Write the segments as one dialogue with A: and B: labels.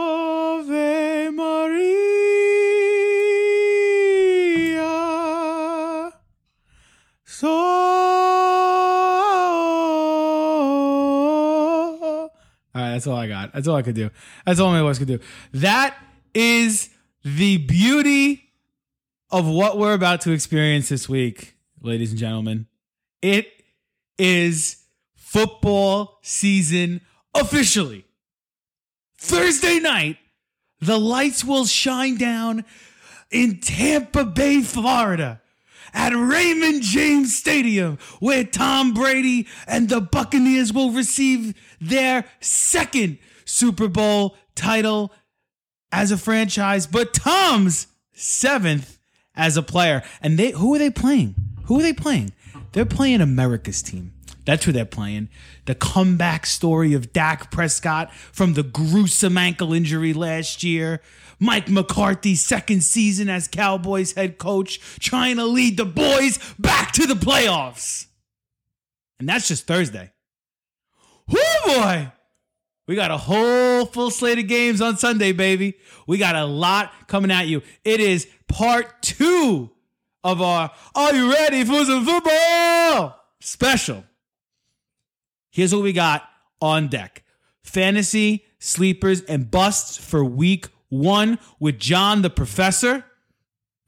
A: Ave Maria, so. All right, that's all I got. That's all I could do. That's all my voice could do. That is the beauty of what we're about to experience this week, ladies and gentlemen. It is football season officially. Thursday night, the lights will shine down in Tampa Bay, Florida, at Raymond James Stadium, where Tom Brady and the Buccaneers will receive their second Super Bowl title as a franchise, but Tom's seventh as a player. And they who are they playing? Who are they playing? They're playing America's team. That's who they're playing. The comeback story of Dak Prescott from the gruesome ankle injury last year. Mike McCarthy's second season as Cowboys head coach, trying to lead the boys back to the playoffs. And that's just Thursday. Whoo boy! We got a whole full slate of games on Sunday, baby. We got a lot coming at you. It is part two of our Are You Ready for Some Football special. Here's what we got on deck fantasy, sleepers, and busts for week one with John the Professor.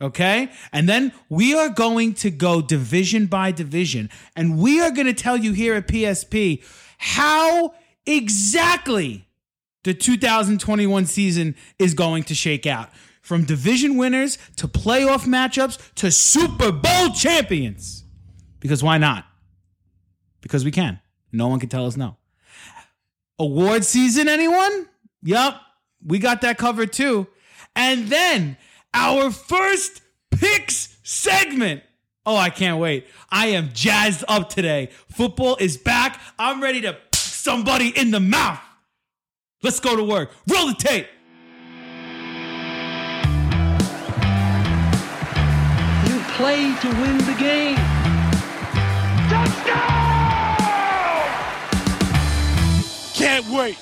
A: Okay. And then we are going to go division by division. And we are going to tell you here at PSP how exactly the 2021 season is going to shake out from division winners to playoff matchups to Super Bowl champions. Because why not? Because we can. No one can tell us no. Award season, anyone? Yep, we got that covered too. And then our first picks segment. Oh, I can't wait. I am jazzed up today. Football is back. I'm ready to somebody in the mouth. Let's go to work. Roll the tape.
B: You play to win the game.
C: Can't wait.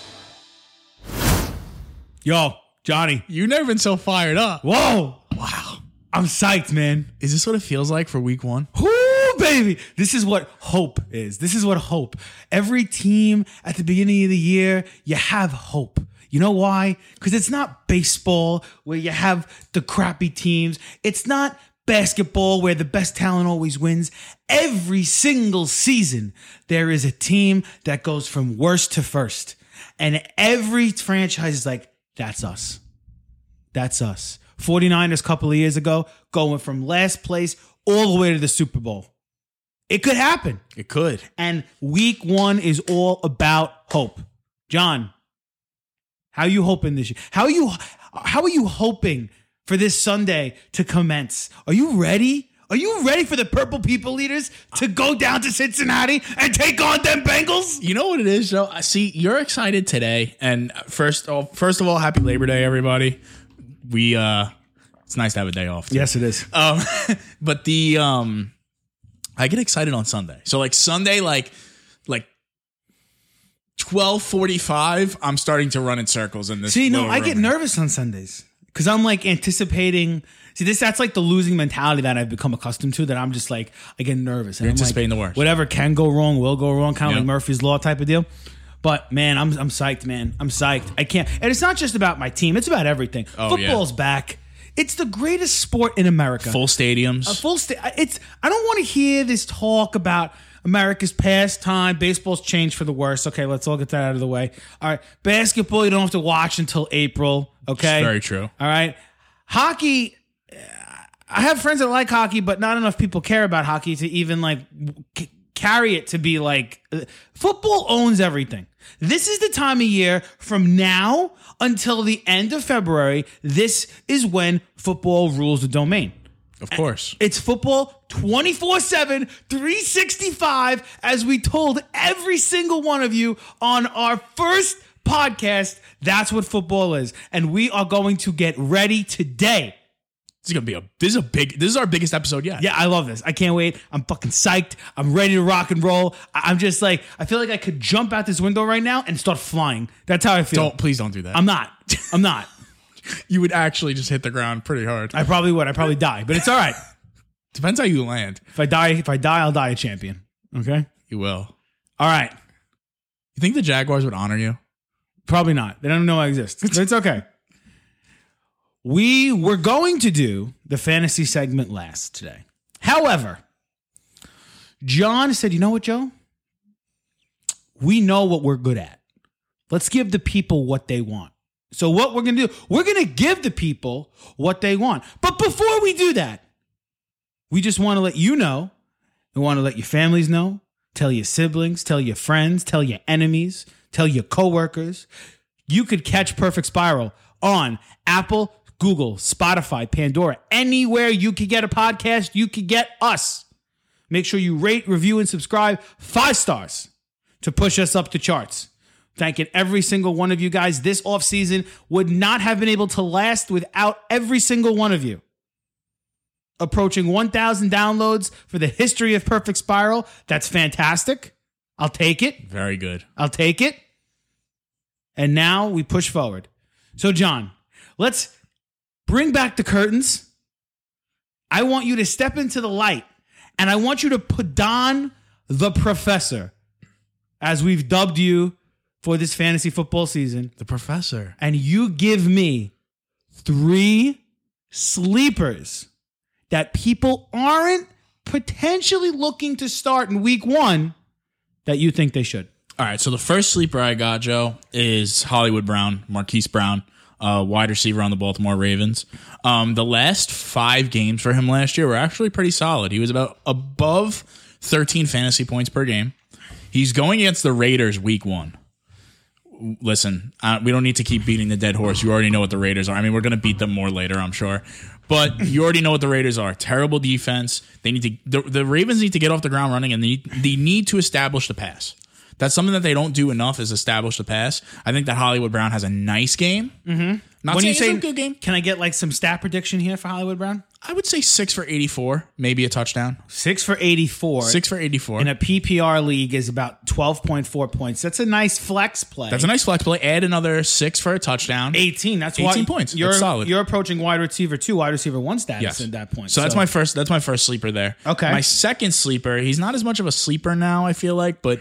A: Yo, Johnny.
C: You've never been so fired up.
A: Whoa.
C: Wow.
A: I'm psyched, man.
C: Is this what it feels like for week one?
A: Whoo, baby. This is what hope is. This is what hope. Every team at the beginning of the year, you have hope. You know why? Because it's not baseball where you have the crappy teams. It's not basketball where the best talent always wins. Every single season, there is a team that goes from worst to first. And every franchise is like, that's us. That's us. 49ers a couple of years ago, going from last place all the way to the Super Bowl. It could happen.
C: It could.
A: And week one is all about hope. John, how you hoping this year? How you how are you hoping for this Sunday to commence? Are you ready? Are you ready for the purple people leaders to go down to Cincinnati and take on them Bengals?
C: You know what it is, though. I See, you're excited today, and first of first of all, happy Labor Day, everybody. We uh, it's nice to have a day off.
A: Yes, it is.
C: Um, but the um, I get excited on Sunday. So like Sunday, like like twelve forty five, I'm starting to run in circles in this.
A: See, no,
C: little
A: I get
C: room.
A: nervous on Sundays because I'm like anticipating. See, this that's like the losing mentality that I've become accustomed to. That I'm just like I get nervous. And I'm like,
C: anticipating the worst.
A: Whatever can go wrong will go wrong, kind of
C: Yeah.
A: like Murphy's Law type of deal. But man, I'm I'm psyched, man. I'm psyched. I can't. And it's not just about my team. It's about everything.
C: Oh, yeah.
A: Football's back. It's the greatest sport in America.
C: full stadiums.
A: A full state. It's. I don't want to hear this talk about America's past time. Baseball's changed for the worse. Okay, let's all get that out of the way. All right, basketball you don't have to watch until April. Okay,
C: Very true.
A: All right, hockey. uh, I have friends that like hockey, but not enough people care about hockey to even like c- carry it to be like uh, football owns everything. This is the time of year from now until the end of February. This is when football rules the domain.
C: Of course.
A: It's football 24 7, 365, as we told every single one of you on our first podcast. That's what football is. And we are going to get ready today
C: This is gonna be a this is a big this is our biggest episode yet.
A: Yeah, I love this. I can't wait. I'm fucking psyched. I'm ready to rock and roll. I- I'm just like, I feel like I could jump out this window right now and start flying. That's how I feel.
C: Don't please don't do that.
A: I'm not. I'm not.
C: you would actually just hit the ground pretty hard.
A: I probably would. I probably die, but it's all right.
C: Depends how you land.
A: If I die, if I die, I'll die a champion. Okay.
C: You will.
A: All right.
C: You think the Jaguars would honor you?
A: Probably not. They don't know I exist. But it's okay. We were going to do the fantasy segment last today. However, John said, you know what, Joe? We know what we're good at. Let's give the people what they want. So, what we're going to do, we're going to give the people what they want. But before we do that, we just want to let you know. We want to let your families know, tell your siblings, tell your friends, tell your enemies, tell your coworkers. You could catch Perfect Spiral on Apple, Google, Spotify, Pandora, anywhere you could get a podcast, you could get us. Make sure you rate, review, and subscribe five stars to push us up the charts. Thanking every single one of you guys. This offseason would not have been able to last without every single one of you approaching 1,000 downloads for the history of Perfect Spiral. That's fantastic. I'll take it.
C: Very good.
A: I'll take it. And now we push forward. So, John, let's bring back the curtains. I want you to step into the light and I want you to put on the professor as we've dubbed you for this fantasy football season.
C: The professor.
A: And you give me three sleepers that people aren't potentially looking to start in week one that you think they should.
C: All right. So the first sleeper I got, Joe, is Hollywood Brown, Marquise Brown, uh, wide receiver on the Baltimore Ravens. Um, the last five games for him last year were actually pretty solid. He was about above 13 fantasy points per game. He's going against the Raiders week one. Listen, uh, we don't need to keep beating the dead horse. You already know what the Raiders are. I mean, we're going to beat them more later, I'm sure. But you already know what the Raiders are. Terrible defense. They need to the, the Ravens need to get off the ground running and they, they need to establish the pass. That's something that they don't do enough is establish the pass. I think that Hollywood Brown has a nice game. Mm-hmm. Not
A: When
C: saying
A: you
C: it's a
A: say
C: good game.
A: Can I get like some stat prediction here for Hollywood Brown?
C: I would say six for 84, maybe a touchdown.
A: Six for 84.
C: Six for 84.
A: in a PPR league is about 12.4 points. That's a nice flex play.
C: That's a nice flex play. Add another six for a touchdown.
A: 18. That's why
C: 18 points.
A: You're,
C: That's solid.
A: You're approaching wide receiver two, wide receiver one status at that point.
C: So, that's my first. That's my first sleeper there.
A: Okay.
C: My second sleeper. He's not as much of a sleeper now. I feel like, but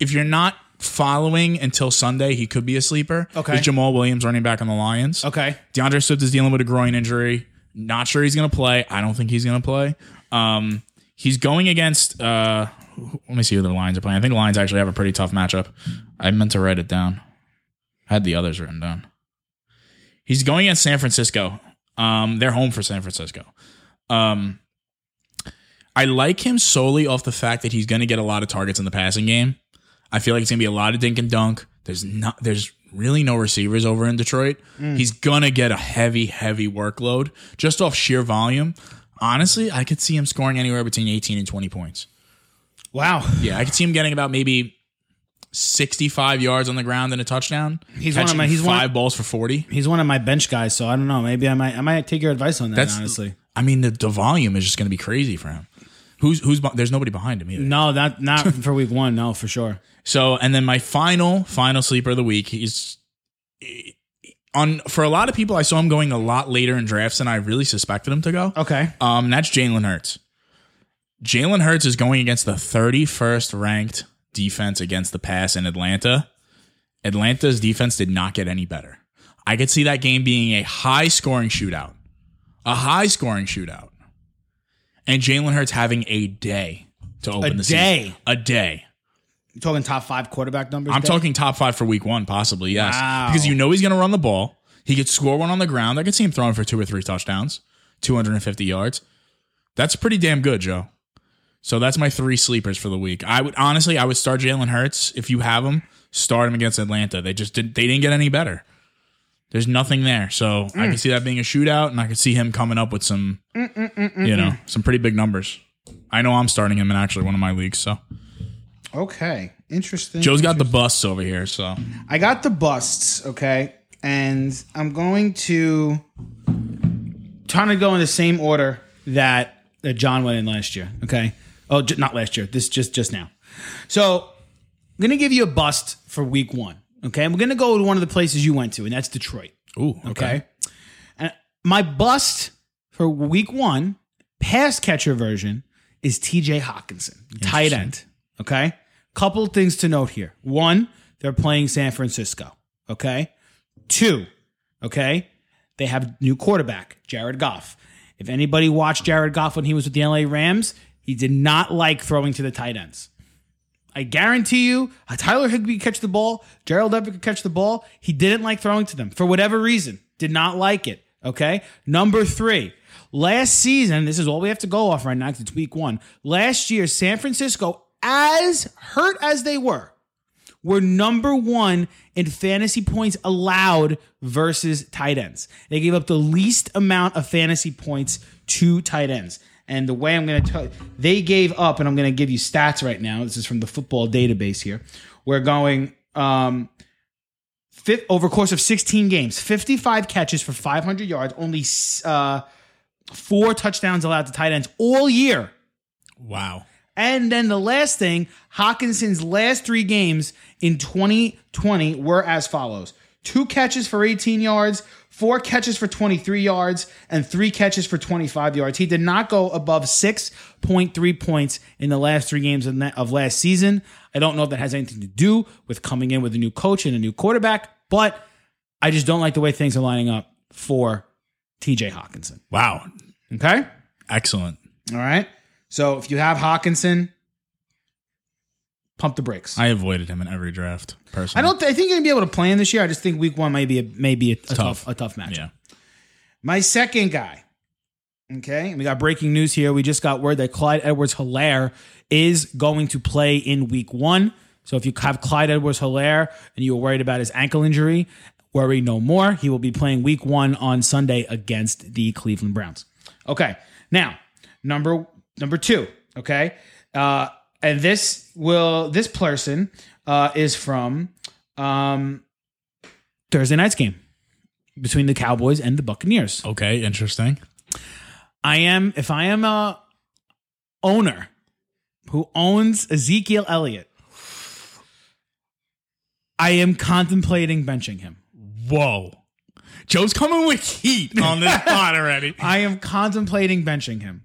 C: if you're not following until Sunday, he could be a sleeper.
A: Okay.
C: Is Jamal Williams running back on the Lions?
A: Okay.
C: DeAndre Swift is dealing with a groin injury. Not sure he's going to play. I don't think he's going to play. Um, he's going against. Uh, let me see who the Lions are playing. I think the Lions actually have a pretty tough matchup. I meant to write it down. I had the others written down. He's going against San Francisco. Um, they're home for San Francisco. Um, I like him solely off the fact that he's going to get a lot of targets in the passing game. I feel like it's going to be a lot of dink and dunk. There's not there's really no receivers over in Detroit.
A: Mm.
C: He's going to get a heavy heavy workload just off sheer volume. Honestly, I could see him scoring anywhere between 18 and 20 points.
A: Wow.
C: Yeah, I could see him getting about maybe 65 yards on the ground and a touchdown.
A: He's one of
C: catching
A: my- he's one-
C: five balls for 40.
A: He's one of my bench guys, so I don't know. Maybe I might I might take your advice on that,
C: That's
A: honestly.
C: I mean the, the volume is just going to be crazy for him. Who's who's be- there's nobody behind him either.
A: No, not not for week one, no, for sure.
C: So, and then my final, final sleeper of the week is on for a lot of people. I saw him going a lot later in drafts than I really suspected him to go.
A: Okay.
C: Um, and that's Jalen Hurts. Jalen Hurts is going against the 31st ranked defense against the pass in Atlanta. Atlanta's defense did not get any better. I could see that game being a high scoring shootout, a high scoring shootout, and Jalen Hurts having a day to open the season.
A: day.
C: A day.
A: You talking top five quarterback numbers?
C: I'm
A: Dave?
C: talking top five for week one, possibly, yes.
A: Wow.
C: Because you know he's going to run the ball. He could score one on the ground. I could see him throwing for two or three touchdowns, 250 yards. That's pretty damn good, Joe. So that's my three sleepers for the week. I would honestly, I would start Jalen Hurts if you have him. Start him against Atlanta. They just did. They didn't get any better. There's nothing there, so I can see that being a shootout, and I can see him coming up with some, you know, some pretty big numbers. I know I'm starting him in actually one of my leagues. So
A: Okay. Interesting.
C: Joe's got the busts over here. So
A: I got the busts, okay? And I'm going to trying to go in the same order that, that John went in last year. Okay. Oh, j- not last year. This just just now. So I'm gonna give you a bust for week one. Okay, and we're gonna go to one of the places you went to, and that's Detroit.
C: Ooh,
A: Okay. And my bust for week one, pass catcher version, is TJ Hawkinson, tight end. Okay. Couple of things to note here. One, they're playing San Francisco. Okay. Two, okay, they have new quarterback, Jared Goff. If anybody watched Jared Goff when he was with the LA Rams, he did not like throwing to the tight ends. I guarantee you, uh, Tyler Higby could catch the ball. Gerald Everett could catch the ball. He didn't like throwing to them for whatever reason. Did not like it. Okay. Number three. Last season, this is all we have to go off right now because it's week one. Last year, San Francisco, as hurt as they were, were number one in fantasy points allowed versus tight ends. They gave up the least amount of fantasy points to tight ends. And the way I'm going to tell they gave up, and I'm going to give you stats right now. This is from the football database here. We're going um, fifth, over course of 16 games, 55 catches for 500 yards, only uh, four touchdowns allowed to tight ends all year.
C: Wow.
A: And then the last thing, Hawkinson's last three games in 2020 were as follows two catches for 18 yards, four catches for 23 yards, and three catches for 25 yards. He did not go above 6.3 points in the last three games of na- of last season. I don't know if that has anything to do with coming in with a new coach and a new quarterback, but I just don't like the way things are lining up for TJ Hawkinson.
C: Wow.
A: Okay?
C: Excellent.
A: All right. So if you have Hawkinson, pump the brakes. I,
C: I avoided him in every draft. Personally,
A: don't. Th- I think you're gonna be able to play him this year. I just think week one may be a, may be a, a tough.
C: tough.
A: a tough match.
C: Yeah.
A: My second guy. Okay, we got breaking news here. We just got word that Clyde Edwards Hilaire is going to play in week one. So if you have Clyde Edwards Hilaire and you were worried about his ankle injury, worry no more. He will be playing week one on Sunday against the Cleveland Browns. Okay. Now, number number two. Okay. Uh, and this will this person uh, is from um, Thursday night's game between the Cowboys and the Buccaneers.
C: Okay. Interesting.
A: I am if I am a owner who owns Ezekiel Elliott, I am contemplating benching him.
C: Whoa. Joe's coming with heat on this pod already.
A: I am contemplating benching him.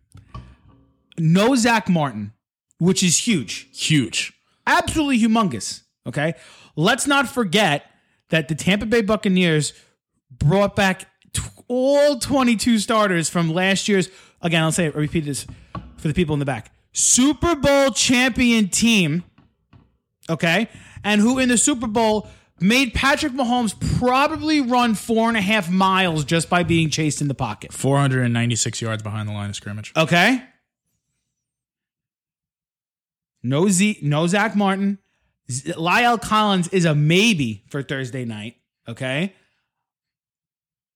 A: No Zach Martin, which is huge.
C: Huge.
A: absolutely humongous. Okay. Let's not forget that the Tampa Bay Buccaneers brought back t- all 22 starters from last year's, again, I'll say it, repeat this for the people in the back Super Bowl champion team. Okay. And who in the Super Bowl made Patrick Mahomes probably run four and a half miles just by being chased in the pocket.
C: 496 yards behind the line of scrimmage.
A: Okay. No Z, no Zach Martin. Z- Lyle Collins is a maybe for Thursday night. Okay.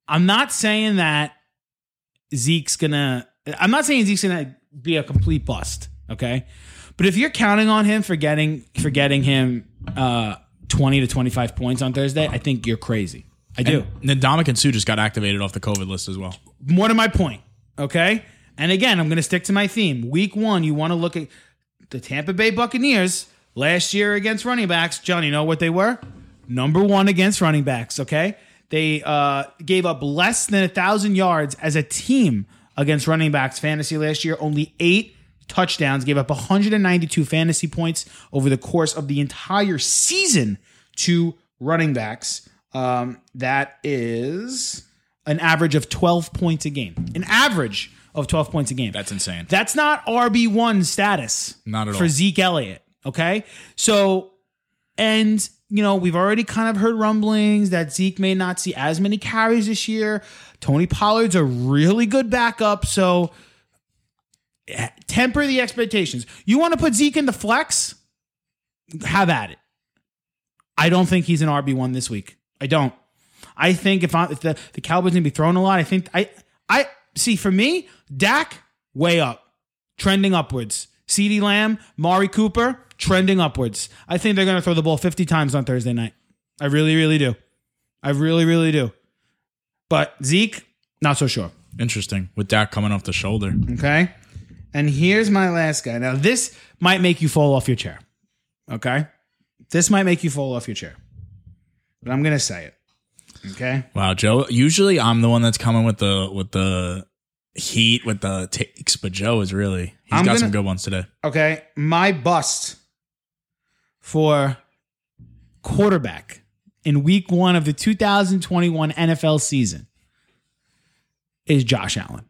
A: I'm not saying that Zeke's gonna. I'm not saying Zeke's gonna be a complete bust. Okay. But if you're counting on him for getting for getting him uh, 20 to 25 points on Thursday, I think you're crazy. I do
C: Ndamuk and Sue just got activated off the COVID list as well.
A: more to my point, okay? And again, I'm going to stick to my theme. Week one, you want to look at the Tampa Bay Buccaneers last year against running backs. John, you know what they were? Number one against running backs, okay? They uh, gave up less than a 1,000 yards as a team against running backs fantasy last year, only eight touchdowns, gave up 192 fantasy points over the course of the entire season to running backs. Um, that is an average of 12 points a game. An average of 12 points a game.
C: That's insane.
A: That's not RB1 status.
C: Not at
A: For
C: all.
A: Zeke Elliott. Okay. So, and, you know, we've already kind of heard rumblings that Zeke may not see as many carries this year. Tony Pollard's a really good backup. So, eh, temper the expectations. You want to put Zeke in the flex? Have at it. I don't think he's an RB1 this week. I don't. I think if I if the, the Cowboys gonna be throwing a lot, I think I I see for me, Dak way up, trending upwards. CeeDee Lamb, Mari Cooper, trending upwards. I think they're gonna throw the ball 50 times on Thursday night. I really, really do. I really, really do. But Zeke, not so sure.
C: Interesting. With Dak coming off the shoulder.
A: Okay. And here's my last guy. Now, this might make you fall off your chair. Okay. This might make you fall off your chair. But I'm going to say it. Okay.
C: Wow, Joe. Usually I'm the one that's coming with the with the heat with the takes, but Joe is really he's
A: I'm
C: got
A: gonna-
C: some good ones today.
A: Okay. My bust for quarterback in week one of the 2021 NFL season is Josh Allen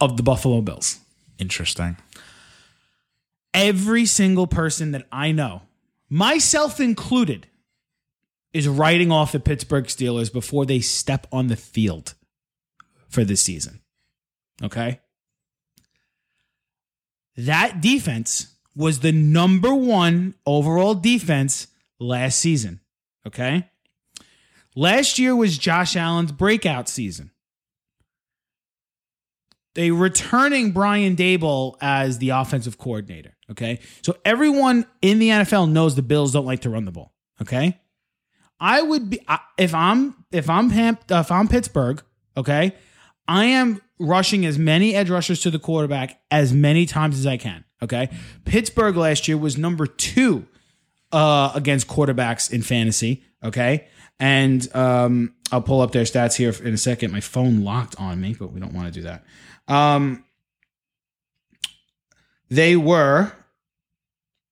A: of the Buffalo Bills.
C: Interesting.
A: every single person that I know, myself included, is writing off the Pittsburgh Steelers before they step on the field for this season. Okay? That defense was the number one overall defense last season. Okay? Last year was Josh Allen's breakout season. They returning Brian Dable as the offensive coordinator. Okay. So everyone in the NFL knows the Bills don't like to run the ball. Okay. I would be I- if I'm if I'm Pam, if I'm Pittsburgh, okay, I am rushing as many edge rushers to the quarterback as many times as I can. Okay. Pittsburgh last year was number two uh, against quarterbacks in fantasy. Okay. And um, I'll pull up their stats here in a second. My phone locked on me, but we don't want to do that. Um, they were,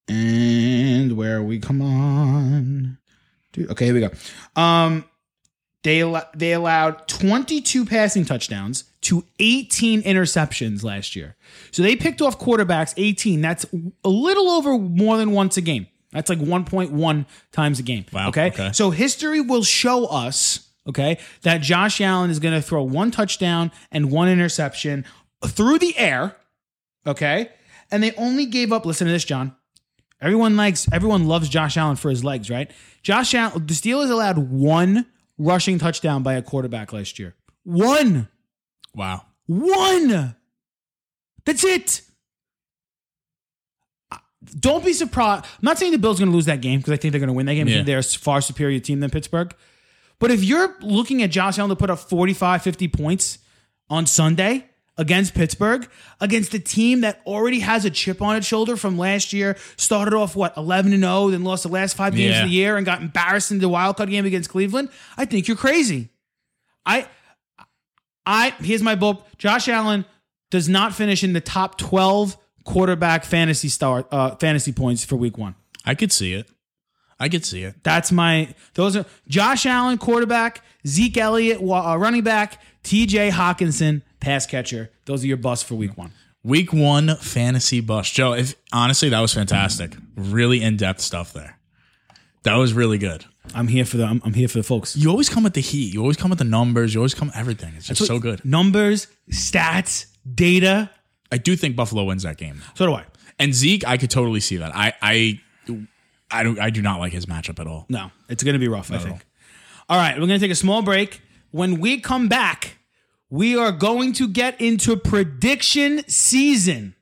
A: and where are we? Come on, dude. Okay, here we go. Um, they al- they allowed 22 passing touchdowns to 18 interceptions last year. So they picked off quarterbacks 18. That's a little over more than once a game. That's like 1.1 times a game.
C: Wow,
A: Okay.
C: okay.
A: So history will show us, okay, that Josh Allen is going to throw one touchdown and one interception through the air. Okay. And they only gave up, listen to this, John. Everyone likes, everyone loves Josh Allen for his legs, right? Josh Allen, the Steelers allowed one rushing touchdown by a quarterback last year. One,
C: Wow.
A: one. That's it. Don't be surprised. I'm not saying the Bills are going to lose that game because I think they're going to win that game. I
C: Yeah.
A: think they're a far superior team than Pittsburgh. But if you're looking at Josh Allen to put up 45, 50 points on Sunday against Pittsburgh, against a team that already has a chip on its shoulder from last year, started off what 11 and 0, then lost the last five games
C: Yeah.
A: of the year and got embarrassed in the wild card game against Cleveland, I think you're crazy. I, I here's my book. Josh Allen does not finish in the top 12 quarterback fantasy star uh, fantasy points for Week One.
C: I could see it. I could see it.
A: That's my those are Josh Allen quarterback, Zeke Elliott wa- uh, running back, T.J. Hawkinson pass catcher. Those are your busts for Week One.
C: Week one fantasy bust. Joe, if honestly, that was fantastic. Really in-depth stuff there. That was really good.
A: I'm here for the I'm, I'm here for the folks.
C: You always come with the heat. You always come with the numbers. You always come with everything. It's just so good.
A: Numbers, stats, data.
C: I do think Buffalo wins that game.
A: So do I.
C: And Zeke, I could totally see that. I I I do, I do not like his matchup at all.
A: No, it's going to be rough, I think. All right, we're going to take a small break. When we come back, we are going to get into prediction season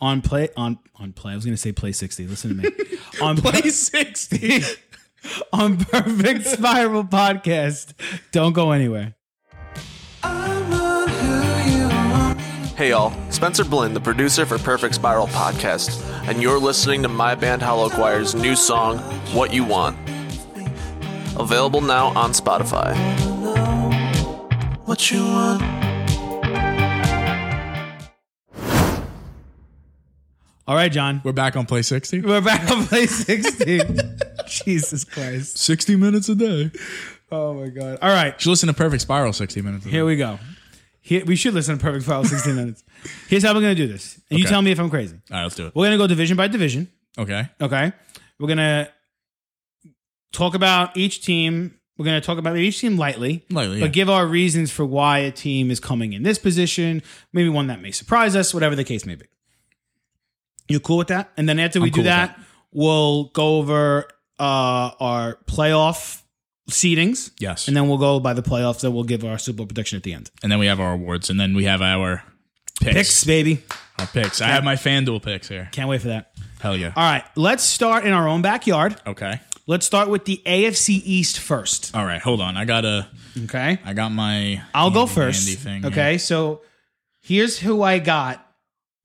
A: on play on on play. I was going to say play 60. Listen to me. on play 60 on Perfect Spiral podcast. Don't go anywhere.
D: Hey y'all, Spencer Blinn, the producer for Perfect Spiral Podcast, and you're listening to my band Hollow Choir's new song, What You Want. Available now on Spotify. What you want?
A: All right, John.
C: We're back on play 60.
A: We're back on play 60. Jesus Christ.
C: 60 minutes a day.
A: Oh my god. All right.
C: Should listen to Perfect Spiral 60 minutes a day.
A: Here we go. Here, we should listen to Perfect File 16 minutes. Here's how we're going to do this. And you
C: Okay.
A: tell me if I'm crazy.
C: All right, let's do it.
A: We're going to go division by division.
C: Okay.
A: Okay. We're going to talk about each team. We're going to talk about each team lightly,
C: Lightly, yeah.
A: but give our reasons for why a team is coming in this position. Maybe one that may surprise us, whatever the case may be. You cool with that? And then after we
C: I'm
A: do
C: cool with
A: that, we'll go over uh, our playoff seedings.
C: Yes.
A: And then we'll go by the playoffs. Then we'll give our Super Bowl prediction at the end.
C: And then we have our awards, and then we have our picks.
A: Picks, baby.
C: Our picks. I have my FanDuel picks here.
A: Can't wait for that.
C: Hell yeah.
A: All right, let's start in our own backyard.
C: Okay.
A: Let's start with the AFC East first.
C: All right, hold on. I gotta.
A: Okay.
C: I got my.
A: I'll go
C: handy
A: first.
C: dandy thing here.
A: okay, so here's who I got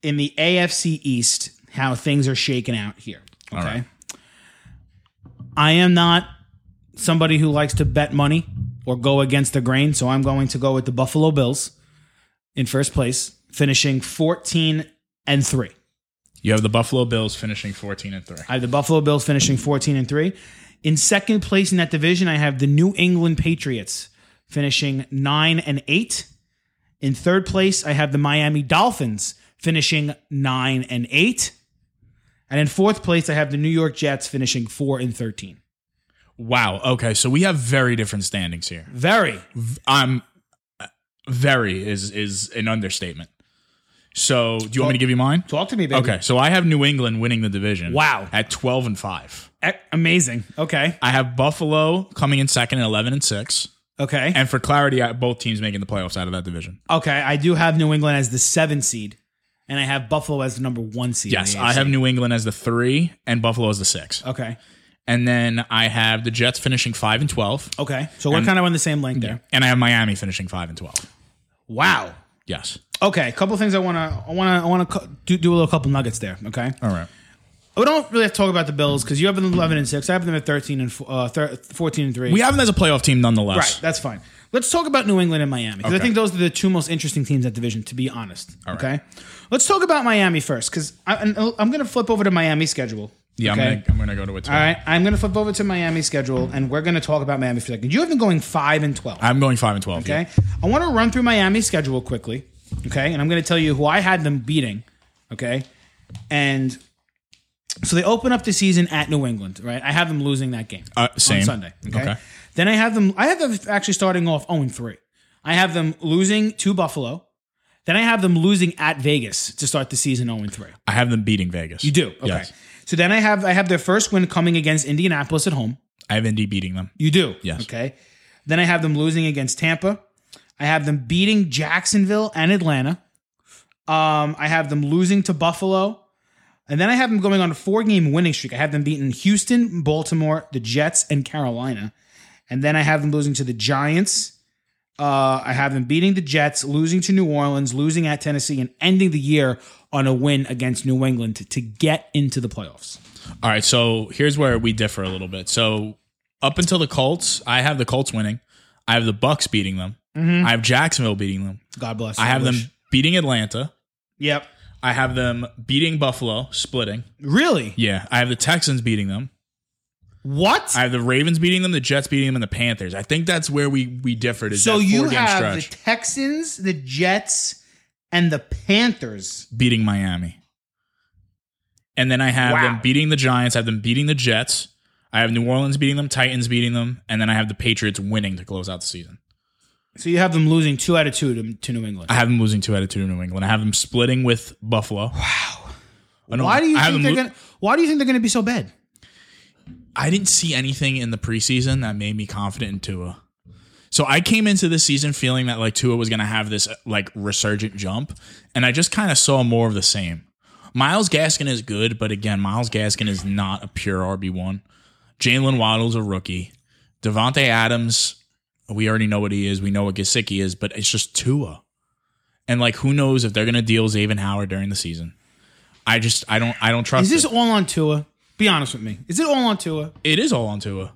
A: in the AFC East, how things are shaken out here.
C: All
A: Okay.
C: right.
A: I am not somebody who likes to bet money or go against the grain, so I'm going to go with the Buffalo Bills in first place, finishing 14 and 3.
C: You have the Buffalo Bills finishing fourteen and three.
A: I have the Buffalo Bills finishing 14 and 3. In second place in that division, I have the New England Patriots finishing 9 and 8. In third place, I have the Miami Dolphins finishing 9 and 8. And in fourth place, I have the New York Jets finishing 4 and 13.
C: Wow. Okay, so we have very different standings here.
A: Very.
C: I'm uh, very is is an understatement. So, do you want me to give you mine?
A: Talk to me, baby.
C: Okay, so I have New England winning the division.
A: Wow.
C: At 12 and 5.
A: E- amazing. Okay.
C: I have Buffalo coming in second at 11 and 6.
A: Okay.
C: And for clarity, I, both teams making the playoffs out of that division.
A: okay. I do have New England as the seven seed, and I have Buffalo as the number one seed. in
C: Yes,
A: the
C: I
A: AFC.
C: have New England as the 3 and Buffalo as the 6.
A: Okay.
C: And then I have the Jets finishing 5 and 12.
A: Okay. So we're kind of on the same length there.
C: And I have Miami finishing 5 and 12.
A: Wow.
C: Yes.
A: Okay, a couple things I want to I want to I want to do, do a little couple nuggets there. Okay,
C: All right.
A: we don't really have to talk about the Bills because you have them at eleven and six. I have them at thirteen and fo- uh, thir- fourteen and three.
C: We have them as a playoff team nonetheless.
A: right, that's fine. Let's talk about New England and Miami because I
C: Okay.
A: think those are the two most interesting teams that division. To be honest, okay, let's talk about Miami first because uh, I'm going to flip over to Miami schedule.
C: Yeah,
A: okay?
C: I'm going to I'm gonna go to it too.
A: All right, I'm going to flip over to Miami schedule and we're going to talk about Miami for a second. You have them going five and twelve.
C: I'm going 5 and 12. yeah.
A: Okay. I want to run through Miami's schedule quickly. Okay. And I'm going to tell you who I had them beating. Okay. And so they open up the season at New England, right? I have them losing that game
C: Uh,
A: on
C: same.
A: Sunday. Okay?
C: Okay.
A: Then I have them, I have them actually starting off 0 3. I have them losing to Buffalo. Then I have them losing at Vegas to start the season 0 3.
C: I have them beating Vegas.
A: You do. Okay.
C: Yes.
A: So then I have I have their first win coming against Indianapolis at home.
C: I have Indy beating them.
A: You do.
C: Yes.
A: Okay. Then I have them losing against Tampa. I have them beating Jacksonville and Atlanta. Um, I have them losing to Buffalo. And then I have them going on a four game winning streak. I have them beating Houston, Baltimore, the Jets, and Carolina. And then I have them losing to the Giants. Uh, I have them beating the Jets, losing to New Orleans, losing at Tennessee, and ending the year on a win against New England to, to get into the playoffs.
C: All right, so here's where we differ a little bit. So up until the Colts, I have the Colts winning. I have the Bucks beating them.
A: Mm-hmm.
C: I have Jacksonville beating them.
A: God bless.
C: I have them
A: wish.
C: beating Atlanta.
A: Yep.
C: I have them beating Buffalo, splitting.
A: Really?
C: Yeah, I have the Texans beating them.
A: What?
C: I have the Ravens beating them, the Jets beating them, and the Panthers. I think that's where we we differed. Is
A: So
C: that
A: you
C: four-game
A: have
C: stretch
A: the Texans, the Jets, and the Panthers.
C: beating Miami, and then I have
A: Wow.
C: them beating the Giants. I have them beating the Jets. I have New Orleans beating them, Titans beating them, and then I have the Patriots winning to close out the season.
A: So you have them losing two out of two to, to New England.
C: I have them losing two out of two to New England. I have them splitting with Buffalo. Wow.
A: Why do you
C: I have
A: think
C: them
A: they're
C: lo-
A: gonna? Why do you think they're gonna be so bad?
C: I didn't see anything in the preseason that made me confident in Tua. So I came into this season feeling that like Tua was going to have this uh, like resurgent jump, and I just kind of saw more of the same. Miles Gaskin is good, but again, Miles Gaskin is not a pure RB one. Jalen Waddle's a rookie. Devontae Adams, we already know what he is. We know what Gasicki is, but it's just Tua, and like who knows if they're going to deal Zayvon Howard during the season. I just I don't I don't trust.
A: Is this
C: it.
A: all on Tua? Be honest with me. Is it all on Tua?
C: It is all on Tua.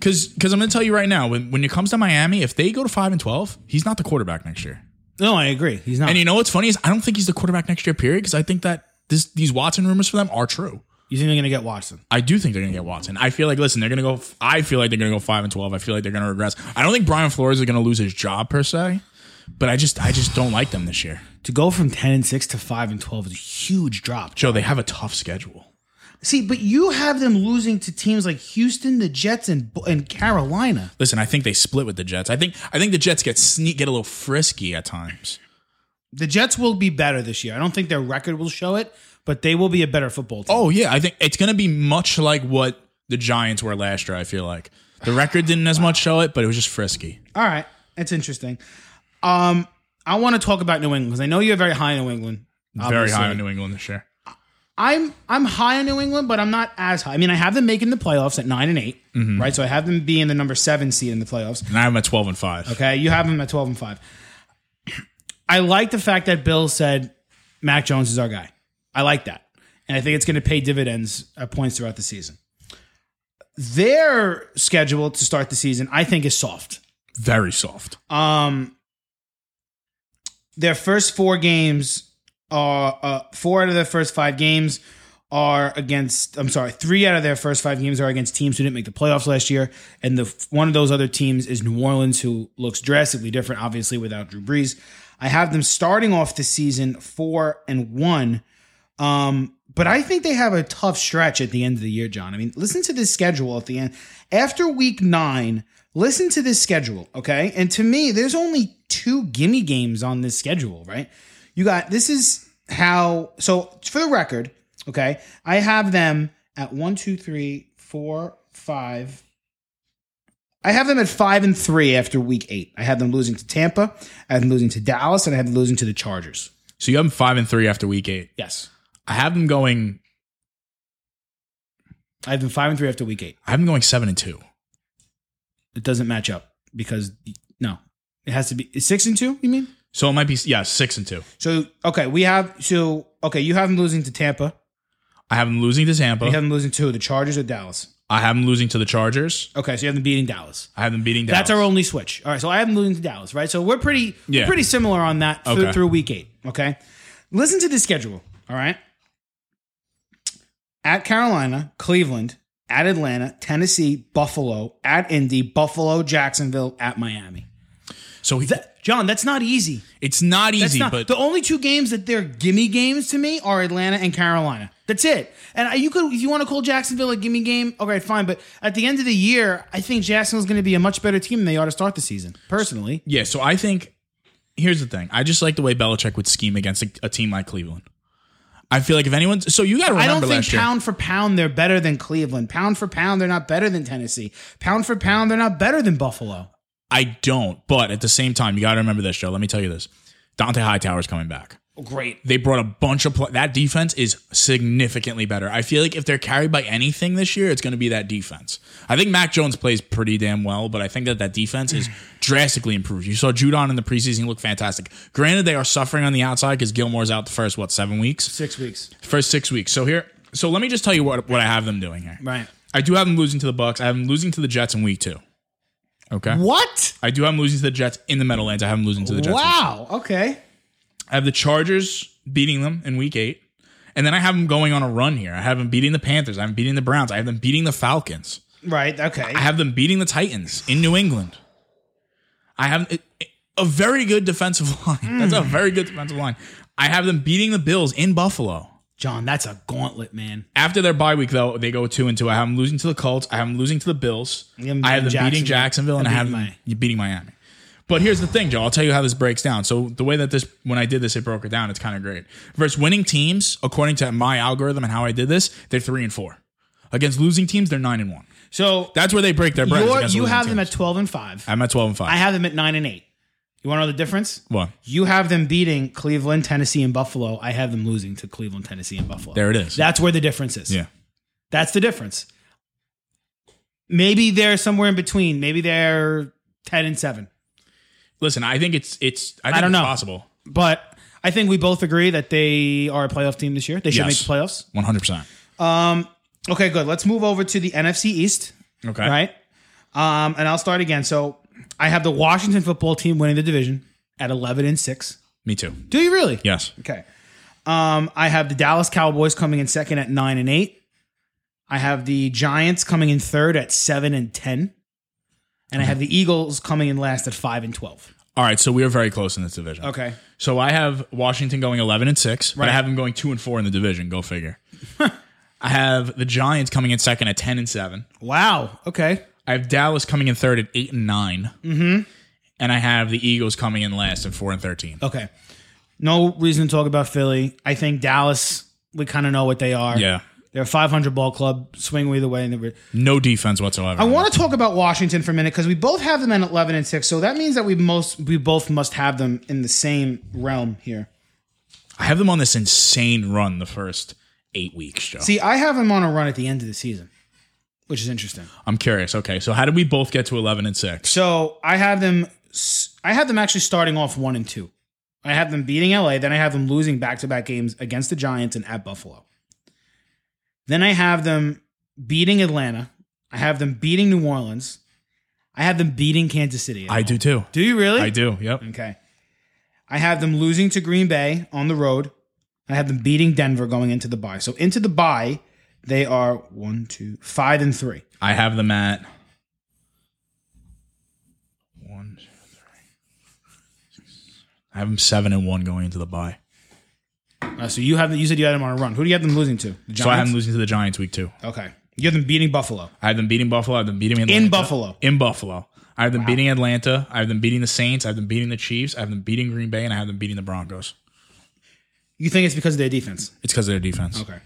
C: Cause, cause I'm gonna tell you right now, when, when it comes to Miami, if they go to five and twelve, he's not the quarterback next year.
A: No, I agree. He's not.
C: And you know what's funny is I don't think he's the quarterback next year, period, because I think that this these Watson rumors for them are true.
A: you think they're gonna get Watson?
C: I do think they're gonna get Watson. I feel like listen, they're gonna go I feel like they're gonna go five and twelve. I feel like they're gonna regress. I don't think Brian Flores is gonna lose his job per se, but I just I just don't like them this year.
A: To go from ten and six to five and twelve is a huge drop.
C: Joe, they have a tough schedule.
A: See, but you have them losing to teams like Houston, the Jets, and and Carolina.
C: Listen, I think they split with the Jets. I think I think the Jets get sneak get a little frisky at times.
A: The Jets will be better this year. I don't think their record will show it, but they will be a better football team.
C: Oh yeah, I think it's gonna be much like what the Giants were last year. I feel like the record didn't as much show it, but it was just frisky.
A: All right, that's interesting. Um, I want to talk about New England because I know you're very high in New England.
C: Very
A: obviously.
C: high in New England this year.
A: I'm I'm high on New England, but I'm not as high. I mean, I have them making the playoffs at nine and 8 right? So I have them being the number seven seed in the playoffs.
C: And I have him at 12 and 5.
A: Okay, you have them at twelve and five. I like the fact that Bill said Mac Jones is our guy. I like that, and I think it's going to pay dividends at points throughout the season. Their schedule to start the season, I think, is soft.
C: Very soft.
A: Um, their first four games are uh, four out of their first five games are against. I'm sorry, three out of their first five games are against teams who didn't make the playoffs last year, and the one of those other teams is New Orleans, who looks drastically different, obviously without Drew Brees. I have them starting off the season four and one. Um, but I think they have a tough stretch at the end of the year, John. I mean, listen to this schedule at the end. After week nine, listen to this schedule, okay? And to me, there's only two gimme games on this schedule, right? You got this is how so for the record, okay, I have them at one, two, three, four, five. I have them at five and three after week eight. I have them losing to Tampa, I have them losing to Dallas, and I have them losing to the Chargers.
C: So you have him 5 and 3 after week 8.
A: Yes.
C: I have him going
A: I have them five and three after week eight.
C: I have him going 7 and 2.
A: It doesn't match up because no, it has to be it's six and two. You mean?
C: So it might be yeah, 6 and 2.
A: So okay, we have so okay, you have them losing to Tampa.
C: I have him losing to Tampa.
A: You have them losing to the Chargers or Dallas.
C: I have him losing to the Chargers.
A: Okay, so you have them beating Dallas.
C: I have them beating Dallas.
A: That's our only switch. All right, so I have them losing to Dallas, right? So we're pretty we're
C: Yeah.
A: pretty similar on that through,
C: Okay.
A: through week eight. Okay, listen to the schedule. All right, at Carolina, Cleveland, at Atlanta, Tennessee, Buffalo, at Indy, Buffalo, Jacksonville, at Miami.
C: So he,
A: That, John, that's not easy.
C: it's not
A: That's
C: easy,
A: not-
C: but
A: the only two games that they're gimme games to me are Atlanta and Carolina. That's it. And I- you could, if you want to call Jacksonville a gimme game, okay, fine. But at the end of the year, I think Jacksonville's going to be a much better team than they are to start the season. Personally,
C: yeah. So I think here's the thing. I just like the way Belichick would scheme against a, a team like Cleveland. I feel like if anyone, so you got to
A: I
C: remember
A: don't think
C: last year.
A: pound for pound they're better than Cleveland. Pound for pound they're not better than Tennessee. Pound for pound they're not better than Buffalo.
C: I don't, but at the same time, you got to remember this, Joe. Let me tell you this: Dante Hightower's coming back.
A: Great.
C: They brought a bunch of pl- that defense is significantly better. I feel like if they're carried by anything this year, it's going to be that defense. I think Mac Jones plays pretty damn well, but I think that that defense is drastically improved. You saw Judon in the preseason look fantastic. Granted, they are suffering on the outside because Gilmore's out the first what seven weeks,
A: Six weeks.
C: first six weeks. So here, so let me just tell you what what I have them doing here.
A: Right.
C: I do have them losing to the Bucks. I have them losing to the Jets in week two. Okay.
A: What?
C: I do have them losing to the Jets in the Meadowlands. I have them losing to the Jets.
A: Wow. Okay.
C: I have the Chargers beating them in week eight. And then I have them going on a run here. I have them beating the Panthers. I have them beating the Browns. I have them beating the Falcons.
A: Right. Okay.
C: I have them beating the Titans in New England. I have it- it- a very good defensive line. That's a
A: Mm.
C: very good defensive line. I have them beating the Bills in Buffalo.
A: John, that's a gauntlet, man.
C: After their bye week, though, they go two and two. I have them losing to the Colts. I have them losing to the Bills.
A: You have 'em
C: I have them
A: beating
C: beating Jacksonville,
A: Jacksonville
C: and I have
A: and
C: them beating Miami. But here's the thing, Joe. I'll tell you how this breaks down. So the way that this, when I did this, it broke it down. It's kind of great. Versus winning teams, according to my algorithm and how I did this, they're three and four. Against losing teams, they're nine and one.
A: So
C: That's where they break their bread.
A: you're, you have them at twelve and five.
C: I'm at twelve and five.
A: I have them at nine and eight. You want to know the difference?
C: What?
A: You have them beating Cleveland, Tennessee, and Buffalo. I have them losing to Cleveland, Tennessee, and Buffalo.
C: There it is.
A: That's where the difference is.
C: yeah.
A: That's the difference. Maybe they're somewhere in between. Maybe they're ten and seven.
C: Listen, I think it's it's. I, think
A: don't
C: it's
A: know.
C: Possible.
A: But I think we both agree that they are a playoff team this year. They should
C: Yes.
A: make the playoffs.
C: One hundred percent.
A: Okay, good. Let's move over to the NFC East.
C: Okay.
A: right? Um, and I'll start again. So I have the Washington football team winning the division at 11 and 6.
C: Me too.
A: Do you really?
C: Yes.
A: Okay. Um, I have the Dallas Cowboys coming in second at 9 and 8. I have the Giants coming in third at 7 and 10. And I have the Eagles coming in last at 5 and 12.
C: All right. So we are very close in this division.
A: Okay.
C: So I have Washington going eleven and six, but
A: Right.
C: I have them going two and four in the division. Go figure. I have the Giants coming in second at ten and seven.
A: Wow. Okay.
C: I have Dallas coming in third at eight and 9 Mm-hmm. And I have the Eagles coming in last at four and thirteen.
A: Okay. No reason to talk about Philly. I think Dallas, we kind of know what they are.
C: Yeah.
A: They're a 500 ball club, swing either way. And they were,
C: No defense whatsoever.
A: I want to talk about Washington for a minute because we both have them at eleven and six, so that means that we most we both must have them in the same realm here.
C: I have them on this insane run the first eight weeks, Joe.
A: See, I have him on a run at the end of the season, which is interesting.
C: I'm curious. Okay, so how did we both get to eleven and six?
A: So I have them. s- I have them actually starting off one and two. I have them beating LA. Then I have them losing back to back games against the Giants and at Buffalo. Then I have them beating Atlanta. I have them beating New Orleans. I have them beating Kansas City. at
C: I
A: home.
C: do too.
A: Do you really?
C: I do. Yep.
A: Okay. I have them losing to Green Bay on the road. I have them beating Denver going into the bye. So into the bye, they are one, two, five, and three.
C: I have them at one. two, three, six. I have them seven and one going into the bye.
A: Uh, so you have you said you had them on a run. Who do you have them losing to? The
C: So I have
A: Giants?
C: them losing to the Giants week two.
A: Okay. You have them beating Buffalo.
C: I have them beating Buffalo. I have them beating Atlanta.
A: In Buffalo.
C: In Buffalo. I have them beating Atlanta. I have them beating the Saints. I have them beating the Chiefs. I have them beating Green Bay, and I have them beating the Broncos.
A: You think it's because of their defense?
C: It's because of their defense.
A: Okay.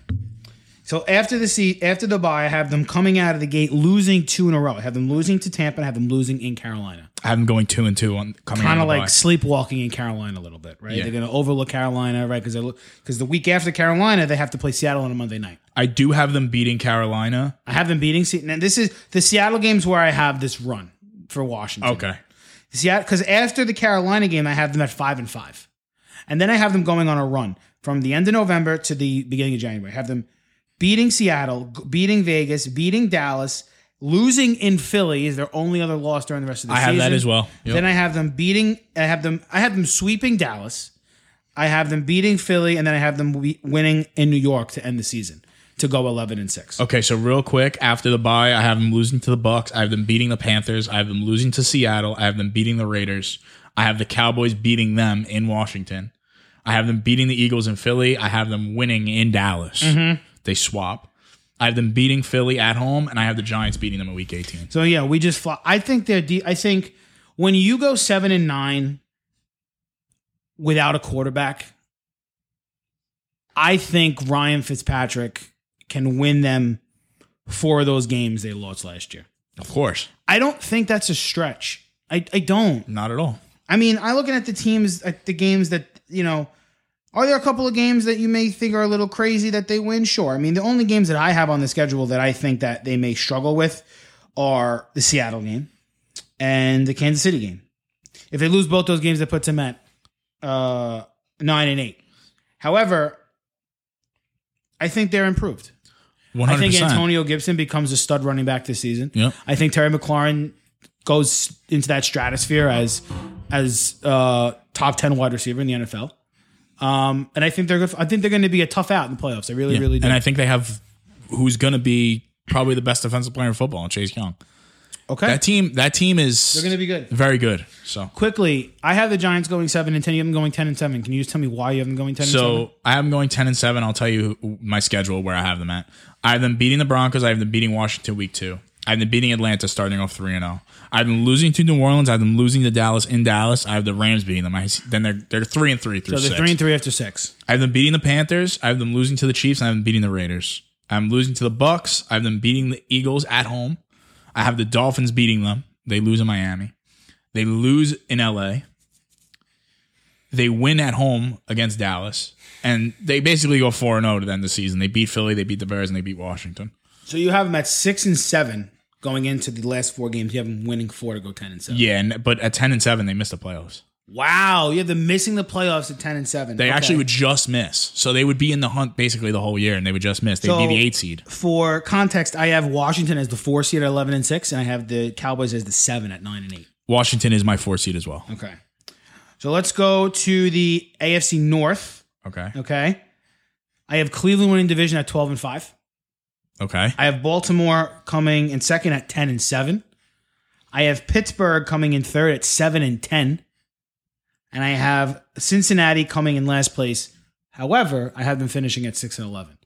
A: So after the se- after the bye, I have them coming out of the gate losing two in a row. I have them losing to Tampa. and I have them losing in Carolina.
C: I have them going two and two on coming out
A: Kind
C: of
A: of
C: the
A: like
C: bye.
A: sleepwalking in Carolina a little bit, right?
C: Yeah.
A: They're going to overlook Carolina, right? Because because the week after Carolina, they have to play Seattle on a Monday night.
C: I do have them beating Carolina.
A: I have them beating. Se- and this is the Seattle games where I have this run for Washington.
C: Okay.
A: Seattle because after the Carolina game, I have them at five and five, and then I have them going on a run from the end of November to the beginning of January. I have them beating Seattle, g- beating Vegas, beating Dallas, losing in Philly is their only other loss during the rest of the
C: I
A: season.
C: have that as well. Yep.
A: Then I have them beating. I have them. I have them sweeping Dallas. I have them beating Philly, and then I have them we- winning in New York to end the season to go eleven and six.
C: Okay, so real quick after the bye, I have them losing to the Bucks. I have them beating the Panthers. I have them losing to Seattle. I have them beating the Raiders. I have the Cowboys beating them in Washington. I have them beating the Eagles in Philly. I have them winning in Dallas.
A: Mm-hmm.
C: They swap. I have them beating Philly at home, and I have the Giants beating them in Week 18.
A: So yeah, we just fly. I think they're. De- I think when you go seven and nine without a quarterback, I think Ryan Fitzpatrick can win them four of those games they lost last year.
C: Of course,
A: I don't think that's a stretch. I, I don't.
C: not at all.
A: I mean, I looking at the teams, at the games that you know. Are there a couple of games that you may think are a little crazy that they win? Sure. I mean, the only games that I have on the schedule that I think that they may struggle with are the Seattle game and the Kansas City game. If they lose both those games, that puts them at uh, nine and eight. However, I think they're improved.
C: 100%.
A: I think Antonio Gibson becomes a stud running back this season.
C: Yep.
A: I think Terry McLaurin goes into that stratosphere as as uh, top ten wide receiver in the NFL. Um, and I think they're good. I think they're going to be a tough out in the playoffs. I really,
C: Yeah.
A: really do.
C: and I think they have who's going to be probably the best defensive player in football, Chase Young.
A: okay.
C: That team, that team is
A: they're going to be good.
C: very good. So
A: Quickly, I have the Giants going seven and ten. You have them going ten and seven. Can you just tell me why you have them going ten? and seven?
C: So I have them going ten and seven. I'll tell you who- my schedule where I have them at. I have them beating the Broncos. I have them beating Washington week two. I have them beating Atlanta, starting off three and zero. I have them losing to New Orleans. I have them losing to Dallas in Dallas. I have the Rams beating them. I s- then they're they're three and three through
A: So they're
C: six.
A: three and three after six.
C: I have them beating the Panthers. I have them losing to the Chiefs. And I have them beating the Raiders. I'm losing to the Bucks. I have them beating the Eagles at home. I have the Dolphins beating them. They lose in Miami. They lose in LA. They win at home against Dallas. And they basically go 4 0 to end the season. They beat Philly, they beat the Bears, and they beat Washington.
A: So you have them at six and seven going into the last four games. You have them winning four to go ten and seven.
C: Yeah, and, but at 10 and 7, they missed the playoffs.
A: Wow, you have them missing the playoffs at ten and seven.
C: They
A: Okay.
C: actually would just miss. So they would be in the hunt basically the whole year, and they would just miss. They'd
A: So-
C: be the eight seed.
A: For context, I have Washington as the four seed at eleven and six, and I have the Cowboys as the seven at nine and eight.
C: Washington is my four seed as well.
A: Okay. So let's go to the AFC North.
C: Okay.
A: Okay. I have Cleveland winning division at twelve and five.
C: Okay.
A: I have Baltimore coming in second at ten and seven. I have Pittsburgh coming in third at seven and ten. And I have Cincinnati coming in last place. However, I have them finishing at six and eleven.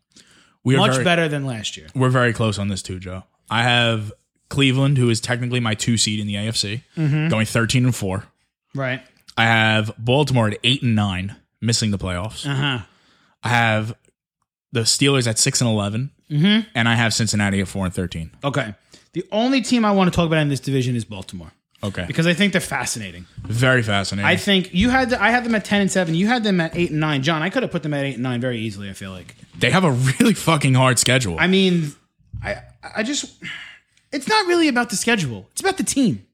C: We are
A: Much
C: very-
A: better than last year.
C: We're very close on this too, Joe. I have Cleveland, who is technically my two seed in the AFC,
A: Mm-hmm.
C: going thirteen and four.
A: Right.
C: I have Baltimore at eight and nine, missing the playoffs.
A: Uh-huh.
C: I have the Steelers at six and 11 mm-hmm. and I have Cincinnati at four and thirteen.
A: Okay. The only team I want to talk about in this division is Baltimore.
C: Okay.
A: Because I think they're fascinating.
C: Very fascinating.
A: I think you had I had them at ten and seven. You had them at eight and nine. John, I could have put them at eight and nine very easily. I feel like.
C: they have a really fucking hard schedule.
A: I mean, I I just it's not really about the schedule. It's about the team.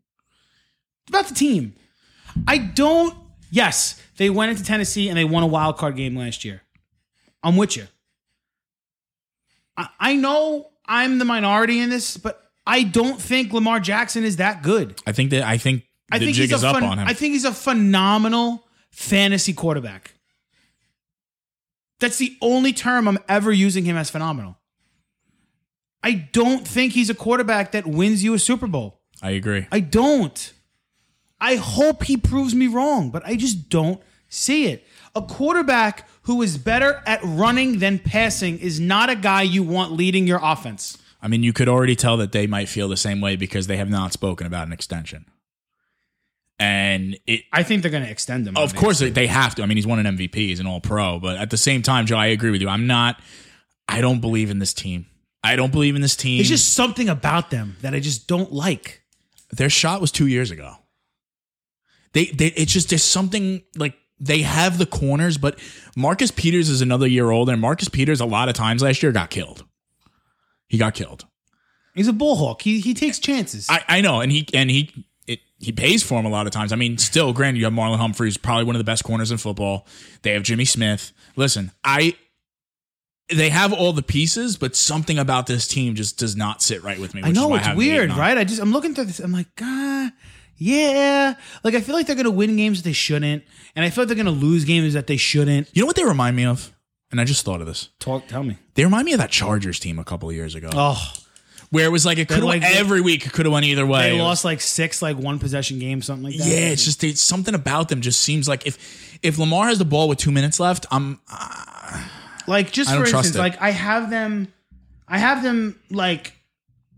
A: It's about the team. I don't. Yes, they went into Tennessee and they won a wild card game last year. I'm with you. I, I know I'm the minority in this, but I don't think Lamar Jackson is that good.
C: I think that I think
A: I
C: the
A: think
C: jig
A: he's
C: is
A: a
C: up
A: phen-
C: on him.
A: I think he's a phenomenal fantasy quarterback. That's the only term I'm ever using him as phenomenal. I don't think he's a quarterback that wins you a Super Bowl.
C: I agree.
A: I don't. I hope he proves me wrong, but I just don't see it. A quarterback who is better at running than passing is not a guy you want leading your offense.
C: I mean, you could already tell that they might feel the same way because they have not spoken about an extension. And it,
A: I think they're going to extend him.
C: of
A: obviously.
C: course, they- they have to. I mean, he's won an MVP, he's an All Pro, but at the same time, Joe, I agree with you. I'm not. I don't believe in this team. I don't believe in this team.
A: It's just something about them that I just don't like.
C: their shot was two years ago. They, they, it's just there's something like they have the corners, but Marcus Peters is another year old, and Marcus Peters a lot of times last year got killed. He got killed.
A: He's a bullhawk. He he takes chances.
C: I, I know, and he and he it, he pays for him a lot of times. I mean, still, granted, you have Marlon Humphreys, probably one of the best corners in football. They have Jimmy Smith. Listen, I they have all the pieces, but something about this team just does not sit right with me.
A: I
C: which is
A: know
C: why
A: it's
C: have them eight
A: weird,
C: and nine.
A: right? I just I'm looking through this. I'm like, ah, yeah. Like I feel like they're gonna win games that they shouldn't, and I feel like they're gonna lose games that they shouldn't.
C: You know what they remind me of? And I just thought of this.
A: Talk, tell me.
C: They remind me of that Chargers team a couple of years ago,
A: Oh,
C: where it was like it could have
A: like-
C: every week. It could have went either way.
A: they
C: It was-
A: lost like six, like one possession games, something like that.
C: Yeah, it's just it's something about them. Just seems like if if Lamar has the ball with two minutes left, I'm
A: like just
C: I don't
A: for
C: trust
A: instance,
C: it.
A: like I have them, I have them like,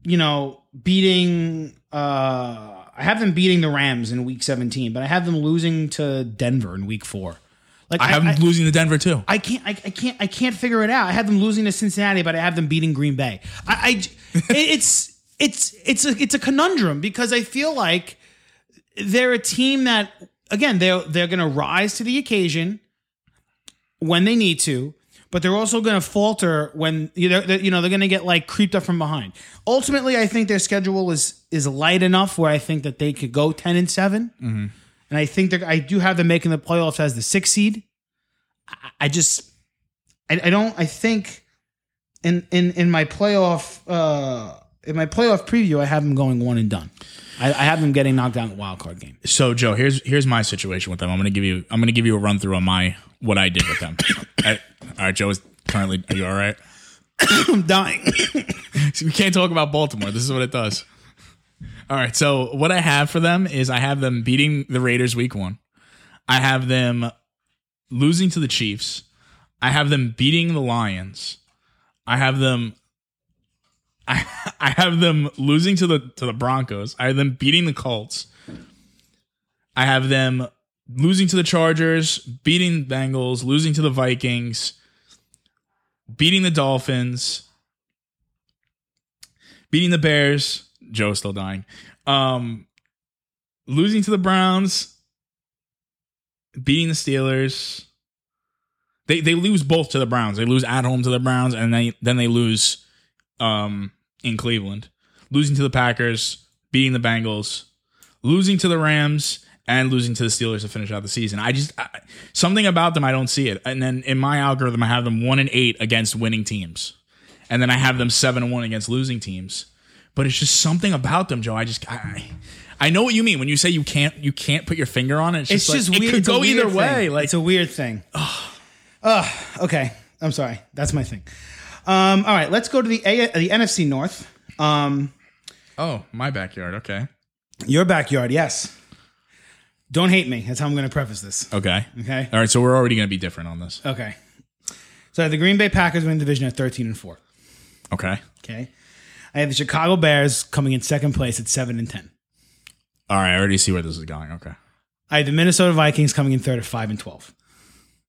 A: you know, beating. uh I have them beating the Rams in Week 17, but I have them losing to Denver in Week Four. Like
C: I have them losing to Denver too.
A: I can't, I, I can't, I can't figure it out. I have them losing to Cincinnati, but I have them beating Green Bay. I, I j- it- it's, it's, it's a, it's a conundrum because I feel like they're a team that, again, they're they're going to rise to the occasion when they need to, but they're also going to falter when you know, they're, you know they're going to get like creeped up from behind. Ultimately, I think their schedule is is light enough where I think that they could go ten and 7 and I think they're I do have them making the playoffs as the sixth seed. I, I just I, I don't I think in in in my playoff uh in my playoff preview I have them going one and done. I, I have them getting knocked out in the wild card game.
C: So Joe, here's here's my situation with them. I'm gonna give you I'm gonna give you a run through on my what I did with them. I- all right, Joe is currently. Are you all right?
A: I'm dying.
C: See, we can't talk about Baltimore. This is what it does. All right. So what I have for them is I have them beating the Raiders week one. I have them losing to the Chiefs. I have them beating the Lions. I have them. I I have them losing to the to the Broncos. I have them beating the Colts. I have them losing to the Chargers, beating the Bengals, losing to the Vikings, beating the Dolphins beating the Bears. Joe's still dying. Um, losing to the Browns, beating the Steelers. They they lose both to the Browns. They lose at home to the Browns, and they then they lose um, in Cleveland. Losing to the Packers, beating the Bengals, losing to the Rams, and losing to the Steelers to finish out the season. I just I, something about them I don't see it. And then in my algorithm, I have them one and eight against winning teams and then I have them seven and one against losing teams. But it's just something about them, Joe. I just I, I know what you mean when you say you can't you can't put your finger on it. It's
A: It's
C: just,
A: just
C: like,
A: weird.
C: It could
A: it's a
C: go
A: weird
C: either
A: thing.
C: way. Like
A: it's a weird thing. Ugh. okay. I'm sorry. That's my thing. Um, all right. Let's go to the a- the NFC North. Um,
C: oh my backyard. Okay.
A: your backyard. Yes. Don't hate me. That's how I'm going to preface this.
C: Okay.
A: Okay.
C: All right. So we're already going to be different on this.
A: Okay. So I have the Green Bay Packers win the division at 13 and four.
C: Okay.
A: Okay. I have the Chicago Bears coming in second place at seven and ten.
C: All right. I already see where this is going. Okay.
A: I have the Minnesota Vikings coming in third at five and twelve,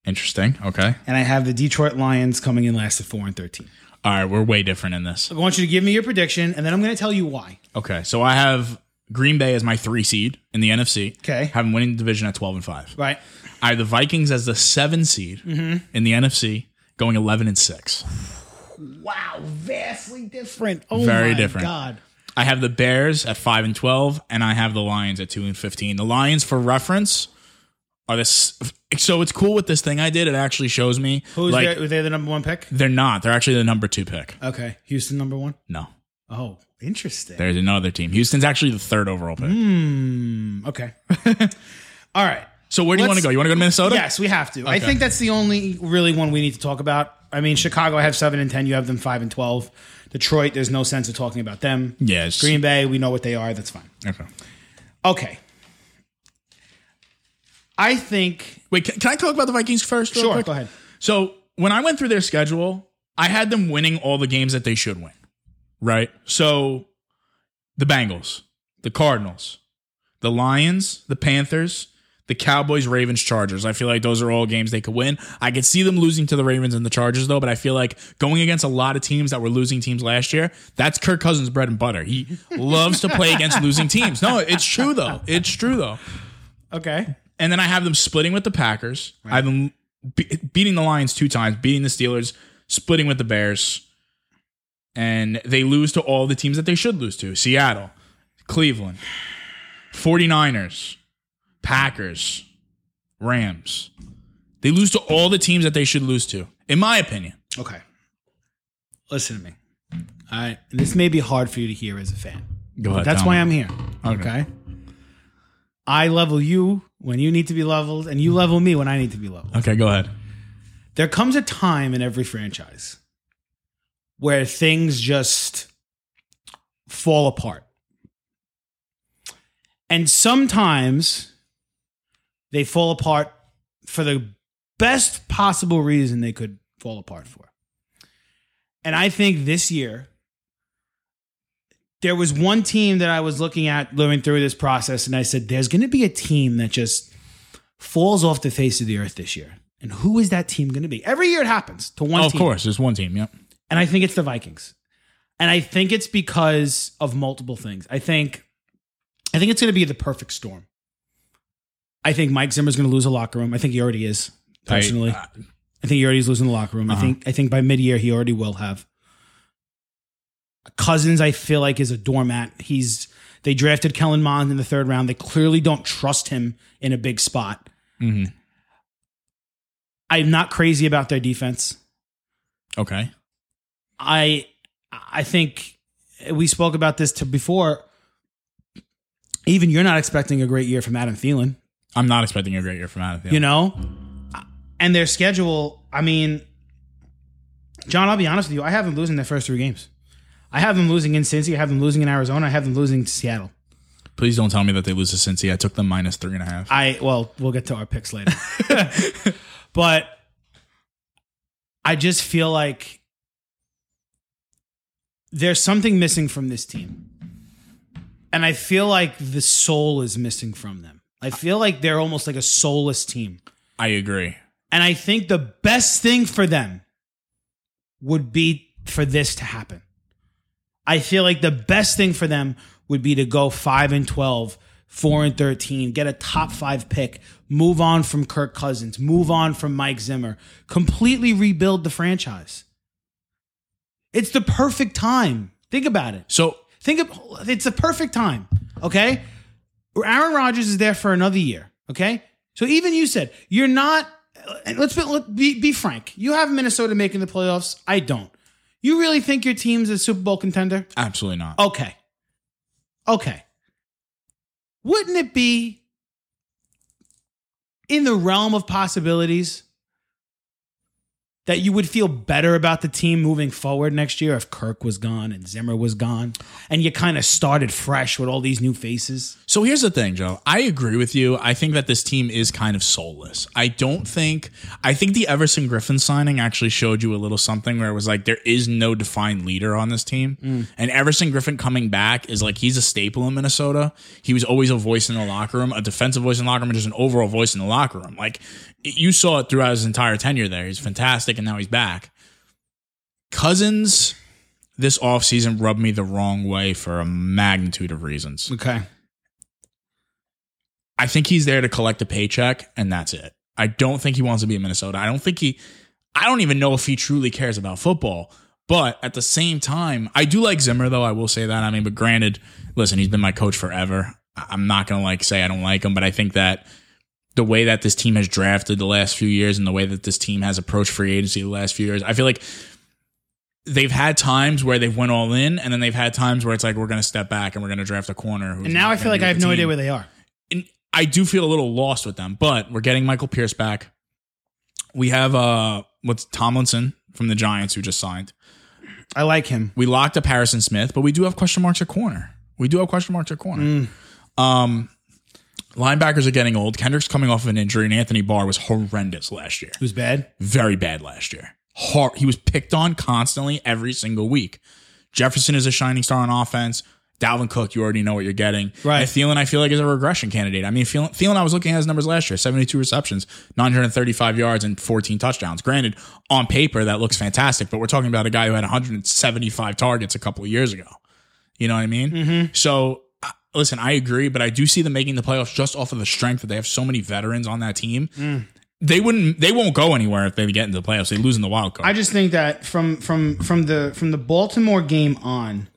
C: Interesting. Okay.
A: and I have the Detroit Lions coming in last at four and thirteen.
C: All right. We're way different in this.
A: I want you to give me your prediction, and then I'm going to tell you why.
C: Okay. So I have Green Bay as my three seed in the NFC.
E: Okay.
C: Have them winning the division at 12 and 5.
E: Right.
C: I have the Vikings as the seven seed
A: Mm-hmm.
C: in the NFC, going 11 and 6.
E: Wow, vastly different. Oh
C: Very
E: my
C: different.
E: God.
C: I have the Bears at 5 and 12, and I have the Lions at 2 and 15. The Lions, for reference, are this. So it's cool with this thing I did. It actually shows me.
A: Who's
C: like,
A: their- were they the number one pick?
C: They're not. They're actually the number two pick.
A: Okay, Houston number one.
C: No.
A: Oh, interesting.
C: There's another team. Houston's actually the third overall pick.
A: Hmm, okay. All right.
C: So where do you want
A: Let's-
C: to go? You want to go to Minnesota?
A: Yes, we have to. I
C: Okay.
A: think that's the only really one we need to talk about. I mean, Chicago, I have seven and ten. You have them five and twelve. Detroit, there's no sense of talking about them.
C: Yes.
A: Green Bay, we know what they are. That's fine.
C: Okay.
A: Okay. I think.
C: Wait, can, can I talk about the Vikings first? real
A: Sure.
C: quick?
A: Go ahead.
C: So when I went through their schedule, I had them winning all the games that they should win. Right. So the Bengals, the Cardinals, the Lions, the Panthers, the Cowboys, Ravens, Chargers. I feel like those are all games they could win. I could see them losing to the Ravens and the Chargers though, but I feel like going against a lot of teams that were losing teams last year, that's Kirk Cousins' bread and butter. He loves to play against losing teams. No, it's true though. It's true though.
A: Okay.
C: and then I have them splitting with the Packers. I have them be- beating the Lions two times, beating the Steelers, splitting with the Bears, and they lose to all the teams that they should lose to: Seattle, Cleveland, 49ers, Packers, Rams. They lose to all the teams that they should lose to, in my opinion.
A: Okay. Listen to me. All right. This may be hard for you to hear as a fan.
C: Go ahead.
A: That's why I'm here.
C: Okay.
A: Okay. I level you when you need to be leveled, and you level me when I need to be leveled.
C: Okay, go ahead.
A: There comes a time in every franchise where things just fall apart. And sometimes they fall apart for the best possible reason they could fall apart for. And I think this year, there was one team that I was looking at living through this process, and I said, there's going to be a team that just falls off the face of the earth this year. And who is that team going to be? Every year it happens to one
C: Oh, of
A: team.
C: course, there's one team. Yep.
A: And I think it's the Vikings. And I think it's because of multiple things. I think I think it's going to be the perfect storm. I think Mike Zimmer's going to lose a locker room. I think he already is. Personally, I,
C: I- uh,
A: think he already is losing the locker room. I
C: Uh-huh.
A: think I think by mid-year he already will have. Cousins, I feel like is a doormat. He's they drafted Kellen Mond in the third round. They clearly don't trust him in a big spot.
C: mhm.
A: I'm not crazy about their defense.
C: Okay.
A: I I think we spoke about this to before. Even you're not expecting a great year from Adam Thielen,
C: I'm not expecting a great year from out of
A: you know, and their schedule. I mean, John, I'll be honest with you. I have them losing their first three games. I have them losing in Cincy. I have them losing in Arizona. I have them losing to Seattle.
C: Please don't tell me that they lose to Cincy. I took them minus three and a half.
A: I well, we'll get to our picks later. but I just feel like there's something missing from this team. And I feel like the soul is missing from them. I feel like they're almost like a soulless team.
C: I agree.
A: And I think the best thing for them would be for this to happen. I feel like the best thing for them would be to go 5 and 12, 4 and 13, get a top 5 pick, move on from Kirk Cousins, move on from Mike Zimmer, completely rebuild the franchise. It's the perfect time. Think about it.
C: So
A: Think of it's the perfect time. Okay, Aaron Rodgers is there for another year. Okay, so even you said you're not. and Let's be, let- be be frank. You have Minnesota making the playoffs. I don't. You really think your team's a Super Bowl contender?
C: absolutely not.
A: Okay. Okay. Wouldn't it be in the realm of possibilities that you would feel better about the team moving forward next year if Kirk was gone and Zimmer was gone and you kind of started fresh with all these new faces?
C: So here's the thing, Joe. I agree with you. I think that this team is kind of soulless. I don't think I think the Everson Griffin signing actually showed you a little something where it was like there is no defined leader on this team. And Everson Griffin coming back is like he's a staple in Minnesota. He was always a voice in the locker room, a defensive voice in the locker room, and just an overall voice in the locker room. Like you saw it throughout his entire tenure there. He's fantastic and now he's back. Cousins this offseason rubbed me the wrong way for a magnitude of reasons
A: Okay.
C: I think he's there to collect a paycheck, and that's it. I don't think he wants to be in Minnesota. I don't think he. I don't even know if he truly cares about football. But at the same time, I do like Zimmer, though. I will say that. I mean, but granted, listen, he's been my coach forever. I- I'm not gonna like say I don't like him, but I think that the way that this team has drafted the last few years and the way that this team has approached free agency the last few years, I feel like they've had times where they've went all in, and then they've had times where it's like we're going to step back and we're going to draft a corner.
E: And now I feel like I have no idea where they are.
C: and I do feel a little lost with them, but we're getting Michael Pierce back. We have uh what's Tomlinson from the Giants who just signed.
A: I like him.
C: We locked up Harrison Smith, but we do have question marks at corner. We do have question marks at corner. Um linebackers are getting old. Kendrick's coming off of an injury, and Anthony Barr was horrendous last year.
A: Who's bad?
C: Very bad last year. Hard. He was picked on constantly every single week. Jefferson is a shining star on offense. Dalvin Cook, you already know what you're getting.
A: Right.
C: And Thielen, I feel like, is a regression candidate. I mean, Thielen, Thielen, I was looking at his numbers last year 72 receptions, 935 yards, and 14 touchdowns. Granted, on paper, that looks fantastic, but we're talking about a guy who had 175 targets a couple of years ago. You know what I mean?
A: Mm-hmm.
C: So, uh, listen, I agree, but I do see them making the playoffs just off of the strength that they have so many veterans on that team.
A: Mm.
C: They wouldn't. They won't go anywhere if they get into the playoffs. They lose in the wild card.
A: I just think that from from from the from the Baltimore game on,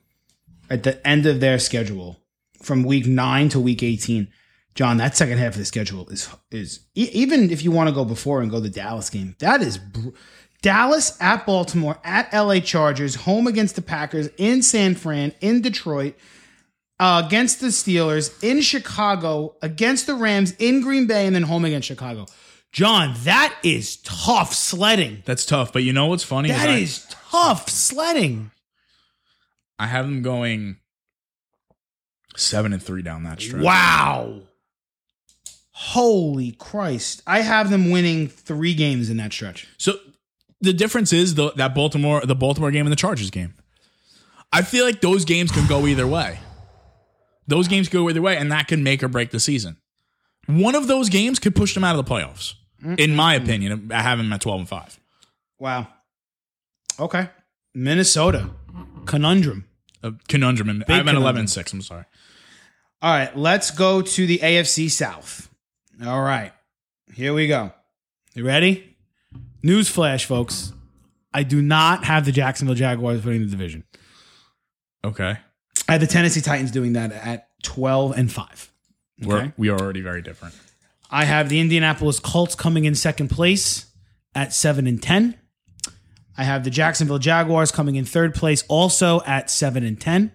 A: at the end of their schedule, from week nine to week eighteen, John, that second half of the schedule is is e- even if you want to go before and go the Dallas game, that is br- Dallas at Baltimore at L.A. Chargers, home against the Packers in San Fran in Detroit. uh, against the Steelers in Chicago, against the Rams in Green Bay, and then home against Chicago. John, that is tough sledding.
C: That's tough. But you know what's funny?
A: That
C: I-
A: is tough sledding.
C: I have them going seven and three down that stretch.
A: Wow. Holy Christ. I have them winning three games in that stretch.
C: So the difference is the, that Baltimore, the Baltimore game and the Chargers game. I feel like those games can go either way. Those games could go either way, and that can make or break the season. One of those games could push them out of the playoffs, in my opinion. I have them at twelve and five.
A: Wow. Okay. Minnesota. Conundrum.
C: A conundrum. and- I have them at eleven
A: conundrum.
C: and six. I'm sorry.
A: All right, let's go to the AFC South. All right, here we go. You ready? Newsflash, folks. I do not have the Jacksonville Jaguars winning the division.
C: Okay,
A: I have the Tennessee Titans doing that at 12 and 5.
C: we're we are already very different.
A: I have the Indianapolis Colts coming in second place at 7 and 10. I have the Jacksonville Jaguars coming in third place also at 7 and 10.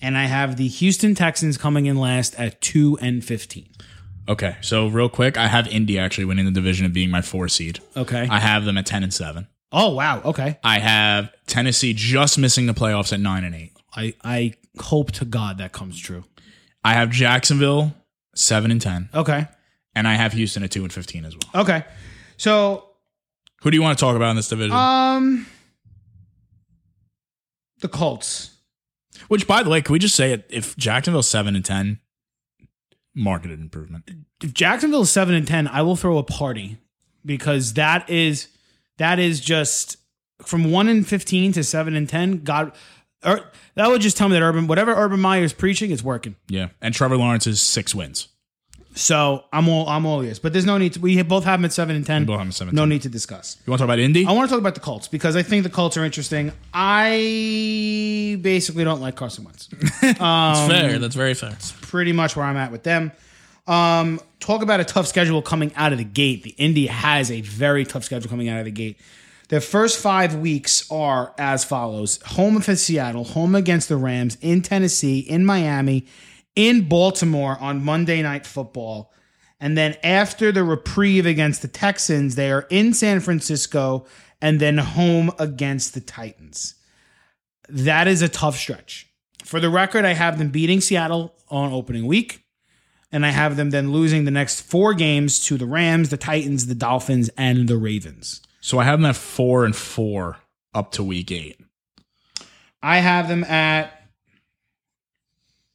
A: And I have the Houston Texans coming in last at 2 and 15.
C: Okay, so real quick, I have Indy actually winning the division and being my four seed.
A: Okay.
C: I have them at ten and seven.
A: Oh, wow. Okay.
C: I have Tennessee just missing the playoffs at nine and eight.
A: I I hope to God that comes true.
C: I have Jacksonville seven and ten,
A: Okay.
C: and I have Houston at two and fifteen as well.
A: Okay. So
C: Who do you want to talk about in this division?
A: um the Colts.
C: Which, by the way, can we just say it? If Jacksonville's seven and ten, marketed improvement.
A: If Jacksonville is seven and ten, I will throw a party because that is that is just from one and fifteen to seven and ten, God or that would just tell me that Urban whatever Urban Meyer is preaching, it's working.
C: Yeah, and Trevor Lawrence is six wins.
A: So I'm all I'm all ears. But there's no need to we both have them at seven and ten.
C: both have them at seven and
A: no
C: 10.
A: need to discuss.
C: You want to talk about Indy?
A: I want to talk about the Colts because I think the Colts are interesting. I basically don't like Carson Wentz.
C: That's fair. That's very fair.
A: Pretty much where I'm at with them. Um, talk about a tough schedule coming out of the gate. The Indy has a very tough schedule coming out of the gate. Their first five weeks are as follows home against Seattle, home against the Rams, in Tennessee, in Miami, in Baltimore on Monday Night Football. And then after the reprieve against the Texans, they are in San Francisco and then home against the Titans. That is a tough stretch. For the record, I have them beating Seattle on opening week, and I have them then losing the next four games to the Rams, the Titans, the Dolphins, and the Ravens.
C: So I have them at four and four up to week eight.
A: I have them at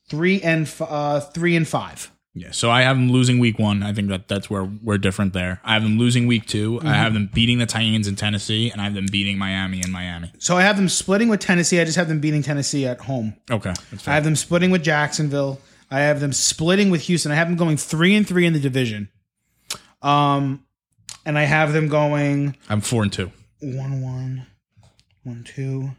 A: three and f- uh, three and five.
C: Yeah, so I have them losing week one. I think that that's where we're different there. I have them losing week 2 I have them beating the Titans in Tennessee, and I have them beating Miami in Miami.
A: So I have them splitting with Tennessee. I just have them beating Tennessee at home.
C: Okay, that's
A: I have them splitting with Jacksonville. I have them splitting with Houston. I have them going three and three in the division. Um, and I have them going
C: I'm four and two.
A: one one, one two.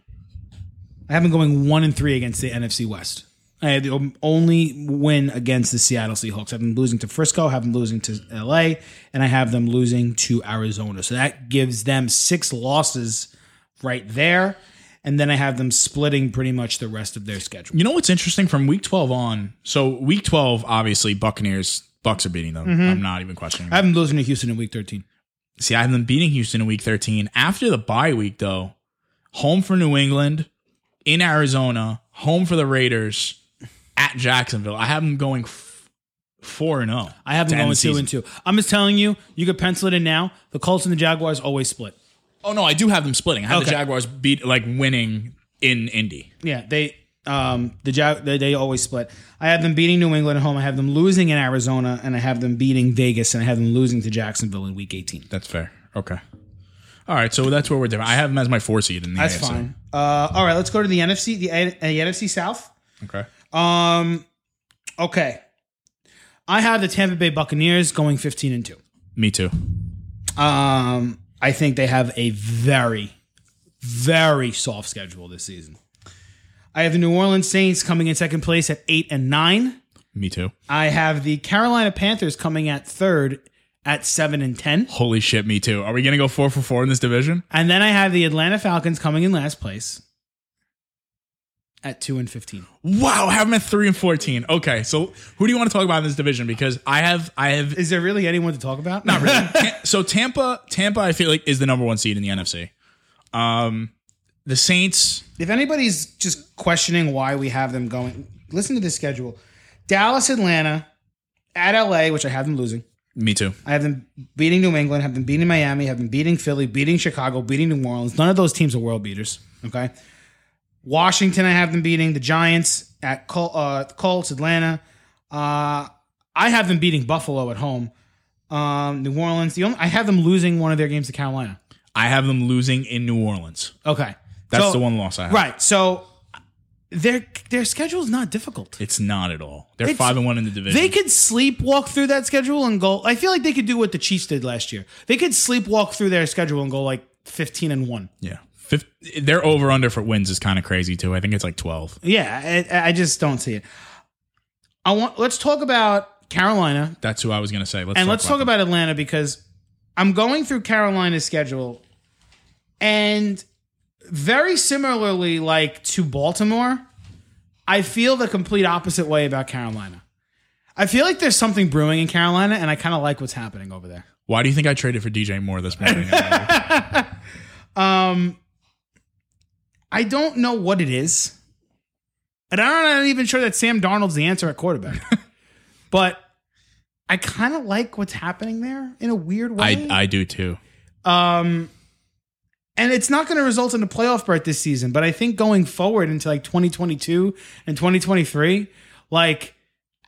A: I have them going one and three against the NFC West. I had the om- only win against the Seattle Seahawks. I've been losing to Frisco, have them losing to LA, and I have them losing to Arizona. So that gives them six losses right there. And then I have them splitting pretty much the rest of their schedule.
C: You know what's interesting from week 12 on? So week 12, obviously, Buccaneers, Bucks are beating
A: Mm-hmm.
C: them. I'm not even questioning.
A: I have them losing to Houston in week 13.
C: See, I have them beating Houston in week 13. After the bye week, though, home for New England, in Arizona, home for the Raiders, at Jacksonville. I have them going f- 4 and oh. 0.
A: I have them
C: to end
A: going two
C: the season.
A: and two. I'm just telling you, you could pencil it in now. The Colts and the Jaguars always split.
C: Oh, no, I do have them splitting. I have the
A: Okay.
C: Jaguars beat, like, winning in Indy.
A: Yeah, they um the Jag they, they always split. I have them beating New England at home. I have them losing in Arizona, and I have them beating Vegas, and I have them losing to Jacksonville in Week 18.
C: That's fair. Okay. All right, so that's where we're different. I have them as my four seed in the
A: That's
C: AFC.
A: fine. Uh, all right, let's go to the NFC the, A- the NFC South.
C: Okay.
A: Um, okay, I have the Tampa Bay Buccaneers going 15 and two.
C: Me too.
A: Um, I think they have a very, very soft schedule this season. I have the New Orleans Saints coming in second place at eight and nine.
C: Me too.
A: I have the Carolina Panthers coming at third at seven and ten,
C: Holy shit, me too. Are we going to go four for four in this division?
A: and then I have the Atlanta Falcons coming in last place at two and fifteen.
C: Wow, have them at three and fourteen. Okay, so who do you want to talk about in this division? Because I have, I have.
A: Is there really anyone to talk about?
C: Not really. Ta- so Tampa, Tampa, I feel like is the number one seed in the NFC. Um, the Saints.
A: if anybody's just questioning why we have them going, listen to this schedule: Dallas, Atlanta, at LA, which I have them losing.
C: Me too.
A: I have them beating New England, have them beating Miami, have them beating Philly, beating Chicago, beating New Orleans. None of those teams are world beaters. Okay. Washington, I have them beating the Giants at Col- uh, Colts, Atlanta. Uh, I have them beating Buffalo at home. Um, New Orleans. The only, I have them losing one of their games to Carolina.
C: I have them losing in New Orleans.
A: Okay,
C: That's
A: So-
C: the one loss I have.
A: Right. So their their schedule is not difficult.
C: It's not at all. They're
A: It's-
C: five and one in the division.
A: They could sleepwalk through that schedule and go. I feel like they could do what the Chiefs did last year. They could sleepwalk through their schedule and go like fifteen and one.
C: yeah. Fifth, their over under for wins is kind of crazy too. I think it's like twelve.
A: Yeah, I, I just don't see it. I want. Let's talk about Carolina
C: That's who I was gonna say. Let's
A: and let's talk
C: them.
A: about Atlanta because I'm going through Carolina's schedule, and very similarly, like to Baltimore, I feel the complete opposite way about Carolina. I feel like there's something brewing in Carolina, and I kind of like what's happening over there.
C: Why do you think I traded for DJ Moore this morning?
A: I don't know what it is. And I'm not even sure that Sam Darnold's the answer at quarterback. but I kind of like what's happening there in a weird way.
C: I I do too.
A: um, and it's not going to result in a playoff berth this season, but I think going forward into like 2022 and 2023, like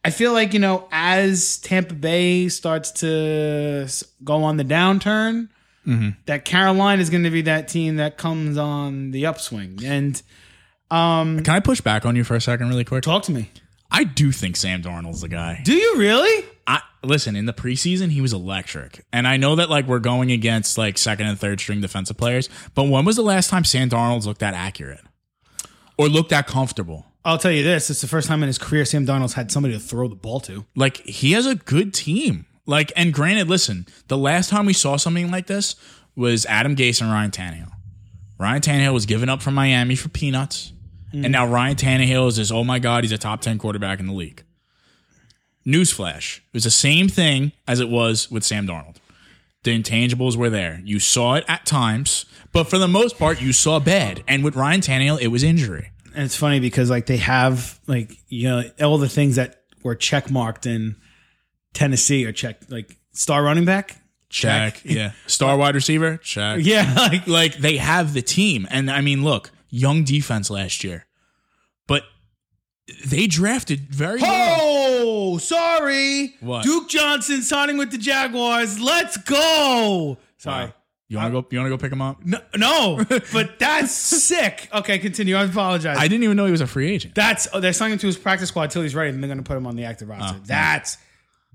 A: I feel like you know as Tampa Bay starts to s- go on the downturn,
C: Mm-hmm.
A: that Carolina is going to be that team that comes on the upswing. And
C: Can I push back on you for a second, really quick?
A: talk to me.
C: I do think Sam Darnold's the guy.
A: Do you really?
C: I listen in the preseason he was electric, and I know that like we're going against like second and third string defensive players, but when was the last time Sam Darnold's looked that accurate or looked that comfortable?
A: I'll tell you this: it's the first time in his career Sam Darnold's had somebody to throw the ball to.
C: Like he has a good team. Like and granted, listen, the last time we saw something like this was Adam Gase and Ryan Tannehill. Ryan Tannehill was given up from Miami for peanuts, and now Ryan Tannehill is this. Oh my God, he's a top ten quarterback in the league. Newsflash: It was the same thing as it was with Sam Darnold. The intangibles were there. You saw it at times, but for the most part, you saw bad. And with Ryan Tannehill, it was injury.
A: And it's funny because like they have like you know all the things that were check marked in Tennessee are checked like star running back.
C: Check. Yeah. Star wide receiver. Check.
A: Yeah, like
C: like they have the team and i mean look young defense last year but they drafted very well.
A: oh, sorry,
C: What?
A: Duke Johnson signing with the Jaguars. Let's go. Sorry,
C: Wow. You want to go? You want to go pick him up?
A: No, no, but that's sick. Okay, continue. I apologize.
C: I didn't even know he was a free agent.
A: that's oh, they're signing him to his practice squad till he's ready, and they're going to put him on the active roster. that's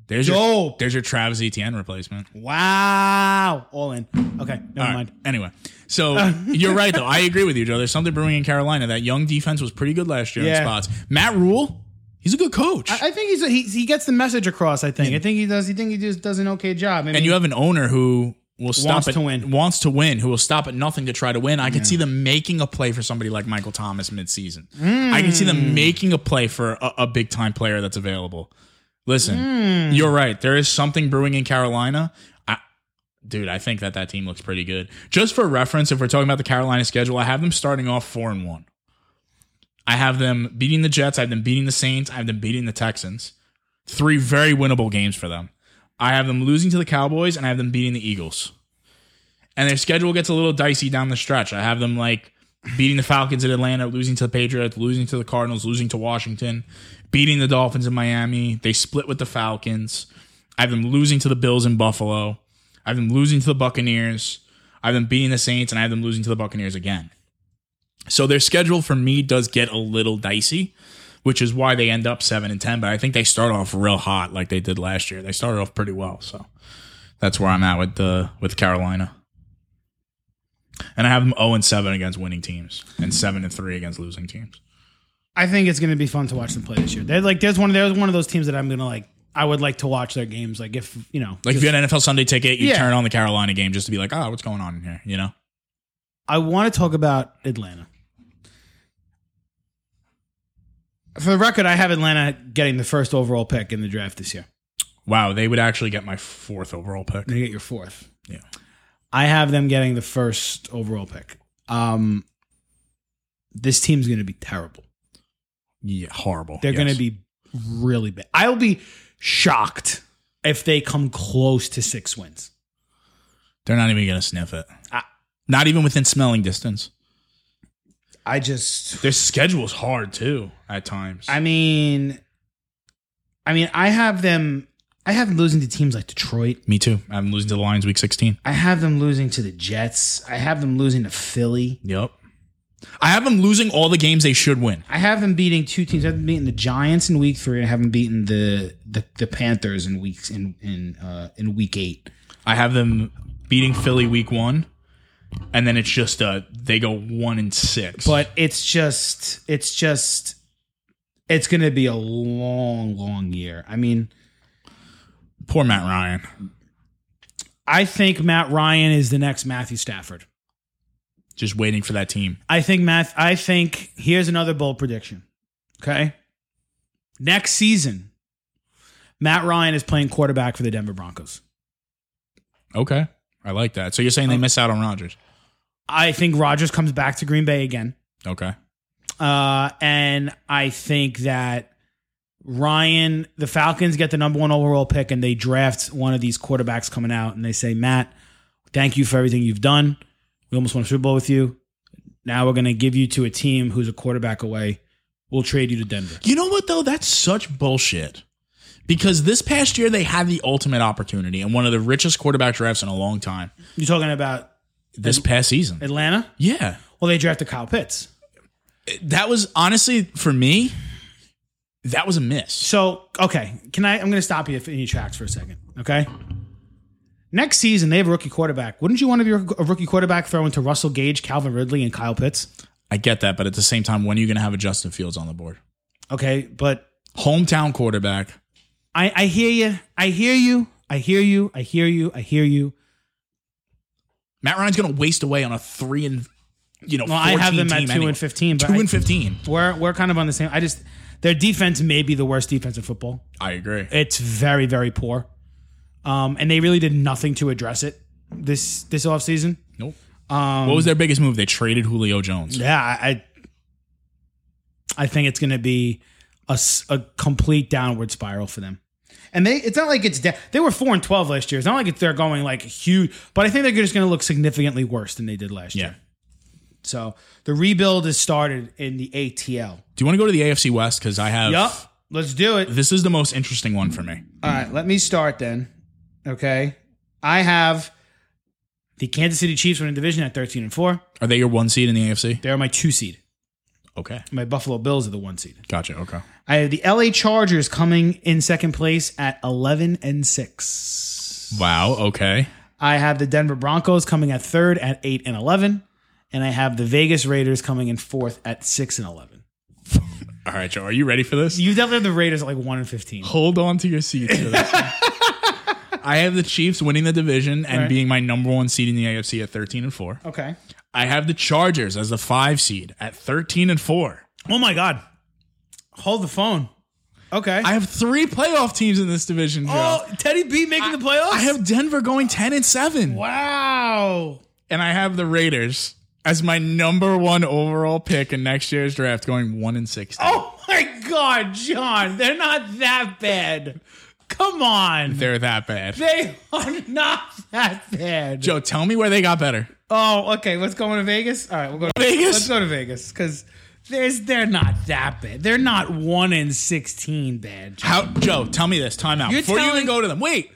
C: There's your
A: dope.
C: there's your Travis Etienne replacement.
A: Oh wow. All in. Okay, never
C: All right.
A: mind.
C: Anyway, so you're right though. I agree with you, Joe. There's something brewing in Carolina. That young defense was pretty good last year
A: Yeah.
C: in spots. Matt Rule, he's a good coach.
A: I think he's he, he gets the message across. I think. I think he does. He think he just does an okay job. I mean,
C: and you have an owner who will stop
A: Wants
C: at,
A: to win.
C: wants to win, who will stop at nothing to try to win. I can see them making a play for somebody like Michael Thomas midseason.
A: Mm.
C: I can see them making a play for a, a big time player that's available. Listen,
A: Mm.
C: you're right. There is something brewing in Carolina. I, dude, I think that that team looks pretty good. Just for reference, if we're talking about the Carolina schedule, I have them starting off four and one. I have them beating the Jets. I have them beating the Saints. I have them beating the Texans. Three very winnable games for them. I have them losing to the Cowboys and I have them beating the Eagles. And their schedule gets a little dicey down the stretch. I have them like beating the Falcons in Atlanta, losing to the Patriots, losing to the Cardinals, losing to Washington, beating the Dolphins in Miami. They split with the Falcons. I have them losing to the Bills in Buffalo. I have them losing to the Buccaneers. I have them beating the Saints and I have them losing to the Buccaneers again. So their schedule for me does get a little dicey, which is why they end up seven and ten. But I think they start off real hot like they did last year. They started off pretty well, so that's where I'm at with the with Carolina. And I have them zero and seven against winning teams, and seven and three against losing teams.
A: I think it's going to be fun to watch them play this year. They're like, there's one, there's one of those teams that I'm going to like. I would like to watch their games. Like if you know,
C: Like if you had an NFL Sunday ticket, you
A: Yeah.
C: turn on the Carolina game just to be like, oh, what's going on in here? You know,
A: I want to talk about Atlanta. For the record, I have Atlanta getting the first overall pick in the draft this year.
C: wow, they would actually get my fourth overall pick.
A: They get your fourth.
C: Yeah.
A: I have them getting the first overall pick. Um, this team's going to be terrible.
C: Yeah, horrible.
A: They're going
C: Yes.
A: to be really bad. I'll be shocked if they come close to six wins.
C: They're not even gonna sniff it. not even within smelling distance.
A: I just.
C: Their schedule's hard too at times.
A: I mean, I mean, I have them. I have them losing to teams like Detroit.
C: Me too. I'm losing to the Lions week 16.
A: I have them losing to the Jets. I have them losing to Philly.
C: Yep. I have them losing all the games they should win.
A: I have them beating two teams. I have them beating the Giants in week three. I have them beating the the, the Panthers in weeks in in uh, in week eight.
C: I have them beating Philly week one, and then it's just uh they go one and six.
A: But it's just it's just it's going to be a long long year. I mean,
C: poor Matt Ryan.
A: I think Matt Ryan is the next Matthew Stafford.
C: Just waiting for that team.
A: I think Matt. I think here's another bold prediction. Okay, next season, Matt Ryan is playing quarterback for the Denver Broncos.
C: Okay. I like that. So you're saying they miss out on Rodgers.
A: I think Rodgers comes back to Green Bay again,
C: Okay.
A: uh, and I think that Ryan, the Falcons get the number one overall pick, and they draft one of these quarterbacks coming out, and they say, Matt, thank you for everything you've done. We almost won a Super Bowl with you. Now we're going to give you to a team who's a quarterback away. We'll trade you to Denver.
C: You know what though? That's such bullshit. Because this past year they had the ultimate opportunity and one of the richest quarterback drafts in a long time.
A: You're talking about
C: This past season.
A: Atlanta?
C: Yeah.
A: Well, they drafted Kyle Pitts.
C: That was honestly for me, that was a miss.
A: So, okay, can I? I'm going to stop you in your tracks for a second. Okay. Next season, they have a rookie quarterback. Wouldn't you want to be a rookie quarterback throwing to Russell Gage, Calvin Ridley, and Kyle Pitts?
C: I get that, but at the same time, when are you going to have a Justin Fields on the board?
A: Okay, but
C: Hometown quarterback.
A: I, I hear you. I hear you. I hear you. I hear you. I hear you.
C: Matt Ryan's going to waste away on a three and you know.
A: Well, I have
C: 14
A: them at
C: team
A: two
C: anyway.
A: and fifteen. But
C: Two
A: I-
C: and fifteen.
A: we're we're kind of on the same. I just their defense may be the worst defense in football.
C: I agree.
A: It's very very poor, um, and they really did nothing to address it this this offseason.
C: Nope. what was their biggest move? They traded Julio Jones.
A: Yeah, I I- I think it's going to be a, s- a complete downward spiral for them. And they it's not like it's da- they were 4 and 12 last year. It's not like it's, they're going like huge, but I think they're just going to look significantly worse than they did last
C: Yeah.
A: year. So, the rebuild is started in the ATL.
C: Do you want to go to the AFC West? Because I have.
A: Yup. Let's do it.
C: This is the most interesting one for me.
A: All right, let me start then. Okay. I have The Kansas City Chiefs win the division at 13 and 4.
C: Are they your one seed in the AFC?
A: They are my two seed.
C: Okay.
A: My Buffalo Bills are the one seed.
C: Gotcha. Okay.
A: I have the LA Chargers coming in second place at 11 and 6.
C: Wow. Okay.
A: I have the Denver Broncos coming at third at 8 and 11. And I have the Vegas Raiders coming in fourth at 6 and 11.
C: All right, Joe. Are you ready for this?
A: You definitely have the Raiders at like 1 and 15.
C: Hold on to your seats. For this. one. I have the Chiefs winning the division and
A: Right.
C: being my number one seed in the AFC at thirteen and four.
A: Okay.
C: I have the Chargers as the five seed at thirteen and four.
A: Oh my God. Hold the phone. Okay.
C: I have three playoff teams in this division, Joe.
A: oh, Teddy B making the playoffs?
C: I have Denver going ten and seven,
A: Wow.
C: and I have the Raiders as my number one overall pick in next year's draft, going one and sixteen.
A: Oh my God, John. They're not that bad. Come on.
C: They're that bad.
A: They are not that bad.
C: Joe, tell me where they got better.
A: Oh, okay. Let's go to Vegas. All right, we'll go to
C: Vegas?
A: Let's go to Vegas because there's they're not that bad. They're not one in sixteen bad. John.
C: How, Joe? Tell me this. Time out.
A: You're
C: Before you
A: telling-
C: even go to them. Wait.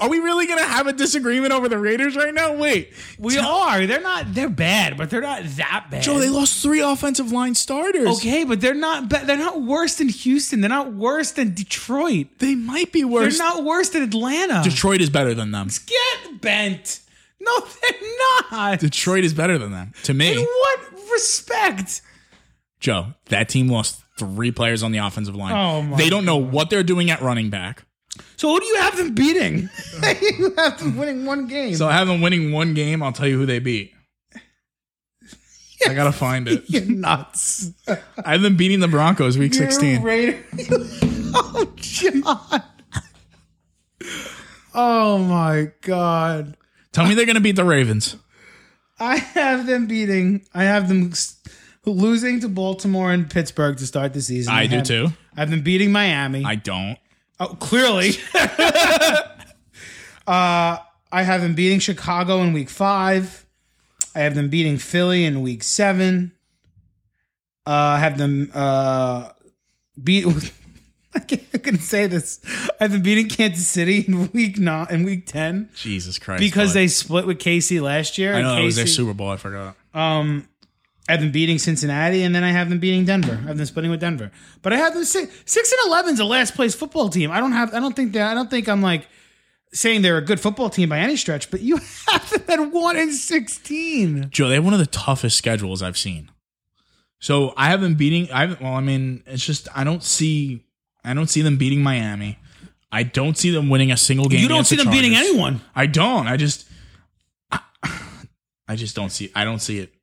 C: Are we really gonna have a disagreement over the Raiders right now? Wait.
A: We are. They're not. They're bad, but they're not that bad.
C: Joe, they lost three offensive line starters.
A: okay, but they're not. Ba- they're not worse than Houston. They're not worse than Detroit.
C: They might be
A: They're
C: worse.
A: not worse than Atlanta.
C: Detroit is better than them.
A: Get bent. No, they're not.
C: Detroit is better than them. To
A: In
C: me,
A: what respect?
C: Joe, that team lost three players on the offensive line.
A: Oh, my
C: they don't know what they're doing at running back.
A: So who do you have them beating? you have them winning one game.
C: So I have them winning one game. I'll tell you who they beat. I gotta find it.
A: You're nuts.
C: I have them beating the Broncos week sixteen.
A: Raider. oh, John. Oh, my God.
C: Tell me they're gonna beat the Ravens.
A: I have them beating. I have them s- losing to Baltimore and Pittsburgh to start the season.
C: I do
A: have-
C: too.
A: I have them beating Miami.
C: I don't.
A: oh, clearly. uh, I have them beating Chicago in week five. I have them beating Philly in week seven. Uh, I have them uh, beat. I can't I couldn't say this. I've been beating Kansas City in week nine, in week ten
C: Jesus Christ.
A: because
C: bud.
A: they split with KC last year.
C: I know that was their
A: KC
C: Super Bowl. I forgot.
A: um, I've been beating Cincinnati, and then I have them beating Denver. I've been splitting with Denver, but I have them six, six and eleven's a last place football team. I don't have. I don't think that. I don't think I'm like saying they're a good football team by any stretch. But you have them at one and sixteen.
C: Joe, they have one of the toughest schedules I've seen. So I haven't beating. I haven't, well, I mean, it's just I don't see. I don't see them beating Miami. I don't see them winning a single game.
A: You don't
C: against
A: see
C: the
A: them beating
C: Chargers.
A: anyone.
C: I don't. I just. I just don't see. I don't see it.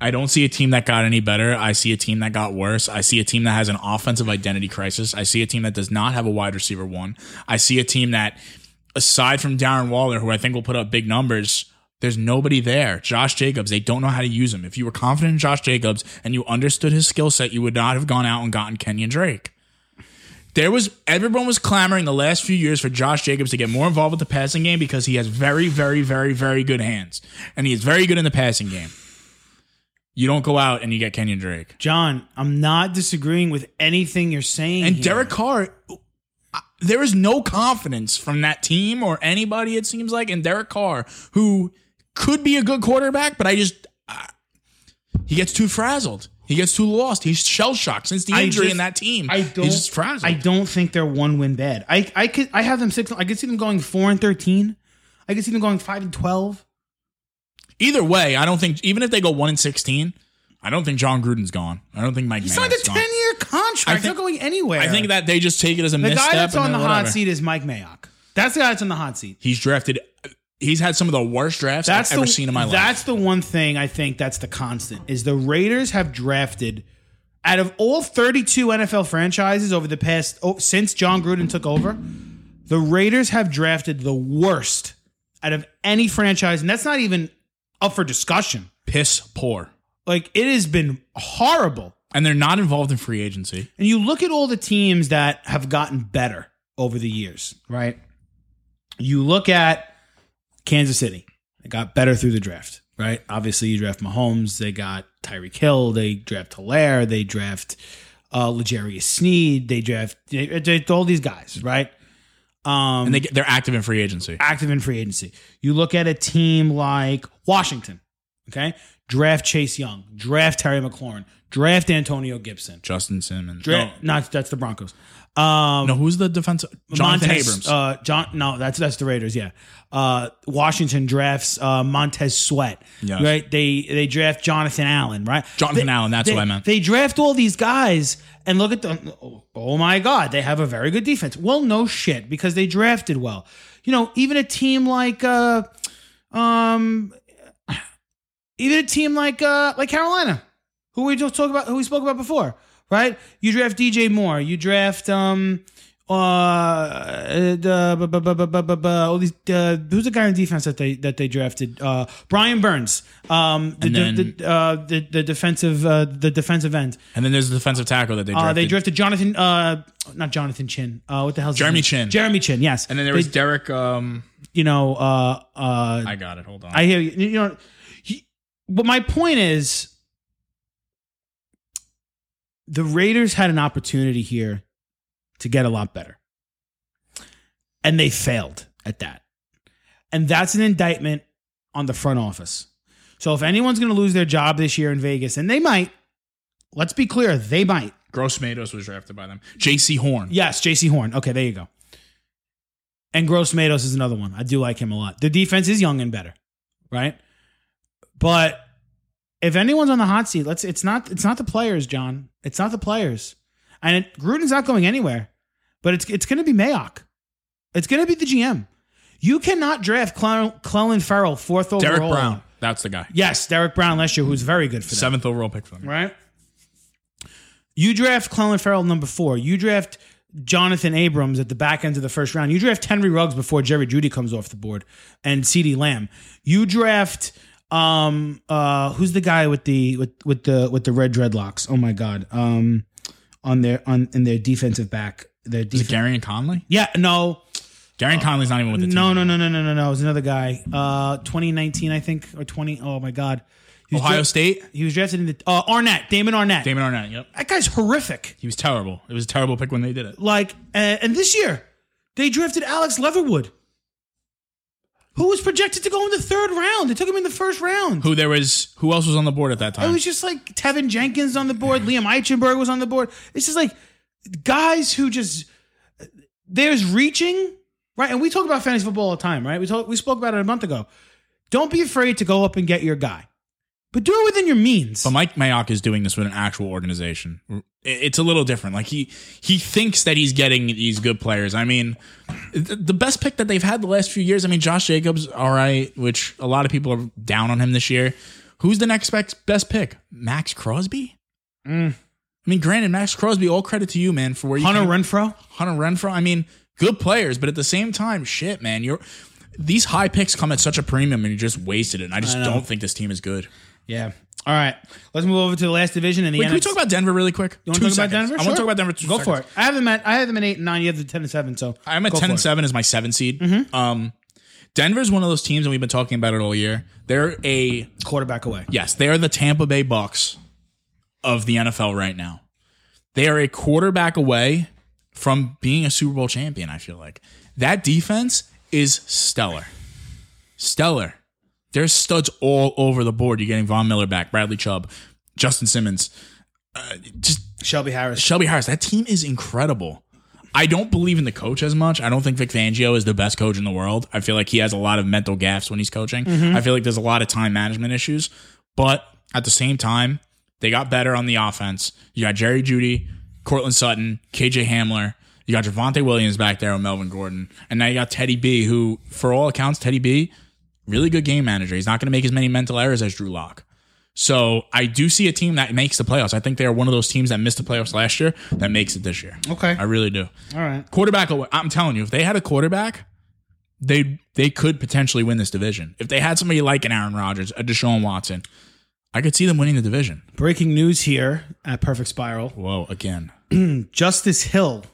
C: I don't see a team that got any better. I see a team that got worse. I see a team that has an offensive identity crisis. I see a team that does not have a wide receiver one. I see a team that, aside from Darren Waller, who I think will put up big numbers, there's nobody there. Josh Jacobs, they don't know how to use him. If you were confident in Josh Jacobs and you understood his skill set, you would not have gone out and gotten Kenyon Drake. There was everyone was clamoring the last few years for Josh Jacobs to get more involved with the passing game because he has very, very, very, very good hands. And he is very good in the passing game. You don't go out and you get Kenyon Drake.
A: John, I'm not disagreeing with anything you're saying.
C: And
A: here.
C: Derek Carr, I- there is no confidence from that team or anybody, it seems like, in Derek Carr, who could be a good quarterback, but I just, I- he gets too frazzled. He gets too lost. He's shell shocked since the
A: I
C: injury
A: just-
C: in that team.
A: I don't.
C: He's just frazzled.
A: I don't think they're one win bad. I I could I have them six. I could see them going four and thirteen. I could see them going five and twelve.
C: Either way, I don't think even if they go one and sixteen, I don't think John Gruden's gone. I don't think Mike.
A: He signed
C: Mayock's
A: a
C: gone.
A: ten year contract.
C: I
A: It's
C: think-
A: not going anywhere.
C: I think that they just take it as a
A: The guy
C: misstep.
A: that's
C: and
A: on the
C: then
A: hot
C: whatever.
A: seat is Mike Mayock. That's the guy that's on the hot seat.
C: He's drafted. He's had some of the worst drafts
A: That's
C: I've ever
A: the,
C: seen in my life.
A: That's the one thing I think that's the constant is the Raiders have drafted out of all 32 NFL franchises over the past oh, since John Gruden took over, the Raiders have drafted the worst out of any franchise, and that's not even up for discussion.
C: Piss poor,
A: Like it has been horrible.
C: and they're not involved in free agency.
A: And you look at all the teams that have gotten better over the years, right? You look at Kansas City. They got better through the draft, right? Obviously, you draft Mahomes. They got Tyreek Hill. They draft Hilaire. They draft uh, Legarius Sneed. They draft they, they, all these guys, right? Um,
C: and they get, they're active in free agency.
A: active in free agency. You look at a team like Washington, okay? Draft Chase Young, draft Terry McLaurin, draft Antonio Gibson.
C: Justin Simmons.
A: Dra- Not that's the Broncos. Um,
C: no, no, who's the defensive? Jonathan
A: Montez,
C: Abrams.
A: Uh, John, no, that's that's the Raiders. Yeah, uh, Washington drafts uh, Montez Sweat.
C: Yes.
A: Right. They they draft Jonathan Allen. Right.
C: Jonathan
A: They-
C: Allen, that's
A: they-
C: what I meant.
A: They draft all these guys and look at them. Oh, oh my God, they have a very good defense. Well, no shit, because they drafted well. You know, even a team like, uh, um, even a team like uh like Carolina, who we just talked about, who we spoke about before, right? You draft DJ Moore, you draft um uh, uh bu- bu- bu- bu- bu- bu- bu- all these uh, who's the guy on defense that they that they drafted? Uh, Brian Burns, um, the
C: And
A: the,
C: then-
A: the, uh, the the defensive uh, the defensive end.
C: and then there's the defensive tackle that they drafted.
A: Uh, they drafted Jonathan, uh, not Jonathan Chin. Uh, what the hell's his
C: Jeremy
A: name?
C: Chin.
A: Jeremy Chin, yes.
C: and then there
A: They-
C: was Derek. Um,
A: you know uh uh
C: I got it. Hold on.
A: I hear you. You know, he, but my point is, the Raiders had an opportunity here to get a lot better, and they failed at that, and that's an indictment on the front office. So if anyone's going to lose their job this year in Vegas, and they might, let's be clear, they might.
C: Gross Matos was drafted by them. J.C. Horn.
A: Yes, J.C. Horn. Okay, there you go. And Gross Matos is another one. I do like him a lot. The defense is young and better, right? But if anyone's on the hot seat, let's it's not it's not the players, John. It's not the players, and it, Gruden's not going anywhere. But it's it's going to be Mayock. It's going to be the GM. You cannot draft Cle- Clellan Farrell fourth overall.
C: Derek Brown. That's the guy.
A: Yes, Derek Brown last year, who's very good for them
C: Seventh overall pick for them.
A: right? You draft Clellan Farrell number four. You draft Jonathan Abrams at the back end of the first round. You draft Henry Ruggs before Jerry Judy comes off the board and CeeDee Lamb. You draft um uh who's the guy with the with with the with the red dreadlocks? Oh my god. Um on their on in their defensive back. Their
C: Is it
A: defense.
C: Gary and Conley?
A: Yeah, no.
C: Gary and Conley's not even with the team.
A: Uh, No, no, no, no, no, no, no. It was another guy. Uh 2019 I think or 20. Oh my god. He was
C: Ohio
A: dra-
C: State.
A: He was drafted in the uh, Arnett, Damon Arnett.
C: Damon Arnett. Yep.
A: That guy's horrific.
C: He was terrible. It was a terrible pick when they did it.
A: Like, and, and this year they drafted Alex Leatherwood, who was projected to go in the third round. They took him in the first round.
C: Who there was? Who else was on the board at that
A: It
C: time?
A: was just like Tevin Jenkins on the board, Liam Eichenberg was on the board. It's just like guys who just there's reaching right, and we talk about fantasy football all the time, right? We talk, we spoke about it a month ago. Don't be afraid to go up and get your guy, but do it within your means.
C: But Mike Mayock is doing this with an actual organization. It- It's a little different. Like he he thinks that he's getting these good players. I mean, th- the best pick that they've had the last few years. I mean, Josh Jacobs, all right, which a lot of people are down on him this year. Who's the next bex- best pick? Max Crosby. I mean, granted, Max Crosby. All credit to you, man, for where you
A: Mm. Hunter
C: came-
A: Renfro,
C: Hunter Renfro. I mean, good players, but at the same time, shit, man, you're. These high picks come at such a premium, and you just wasted it. And I just don't think this team is good.
A: yeah. All right, let's move over to the last division in the
C: Wait, can we
A: NFC
C: talk about Denver really quick?
A: You want to talk about Denver?
C: I want
A: Sure.
C: to talk about Denver. Two
A: Go
C: seconds.
A: for it. I have them at I have them at eight and nine. You have the ten and seven. So
C: I'm at
A: go
C: 10
A: for it. Mm-hmm.
C: 7 as my seven seed. Um, Denver's one of those teams, and we've been talking about it all year. They're a,
A: Quarterback away.
C: yes, they are the Tampa Bay Bucks of the NFL right now. They are a quarterback away from being a Super Bowl champion, I feel like. That defense is stellar. Stellar. There's studs all over the board. You're getting Von Miller back, Bradley Chubb, Justin Simmons. Uh, just
A: Shelby Harris.
C: Shelby Harris, that team is incredible. I don't believe in the coach as much. I don't think Vic Fangio is the best coach in the world. I feel like he has a lot of mental gaffes when he's coaching. I feel like there's a lot of time management issues. But at the same time, they got better on the offense. You got Jerry Judy, Cortland Sutton, KJ Hamler. You got Javante Williams back there with Melvin Gordon. And now you got Teddy B, who, for all accounts, Teddy B, really good game manager. He's not going to make as many mental errors as Drew Lock. So I do see a team that makes the playoffs. I think they are one of those teams that missed the playoffs last year that makes it this year.
A: Okay.
C: I really do.
A: All right.
C: Quarterback, away- I'm telling you, if they had a quarterback, they they could potentially win this division. If they had somebody like an Aaron Rodgers, a Deshaun Watson, I could see them winning the division.
A: Breaking news here at Perfect Spiral.
C: Whoa, again.
A: Justice Hill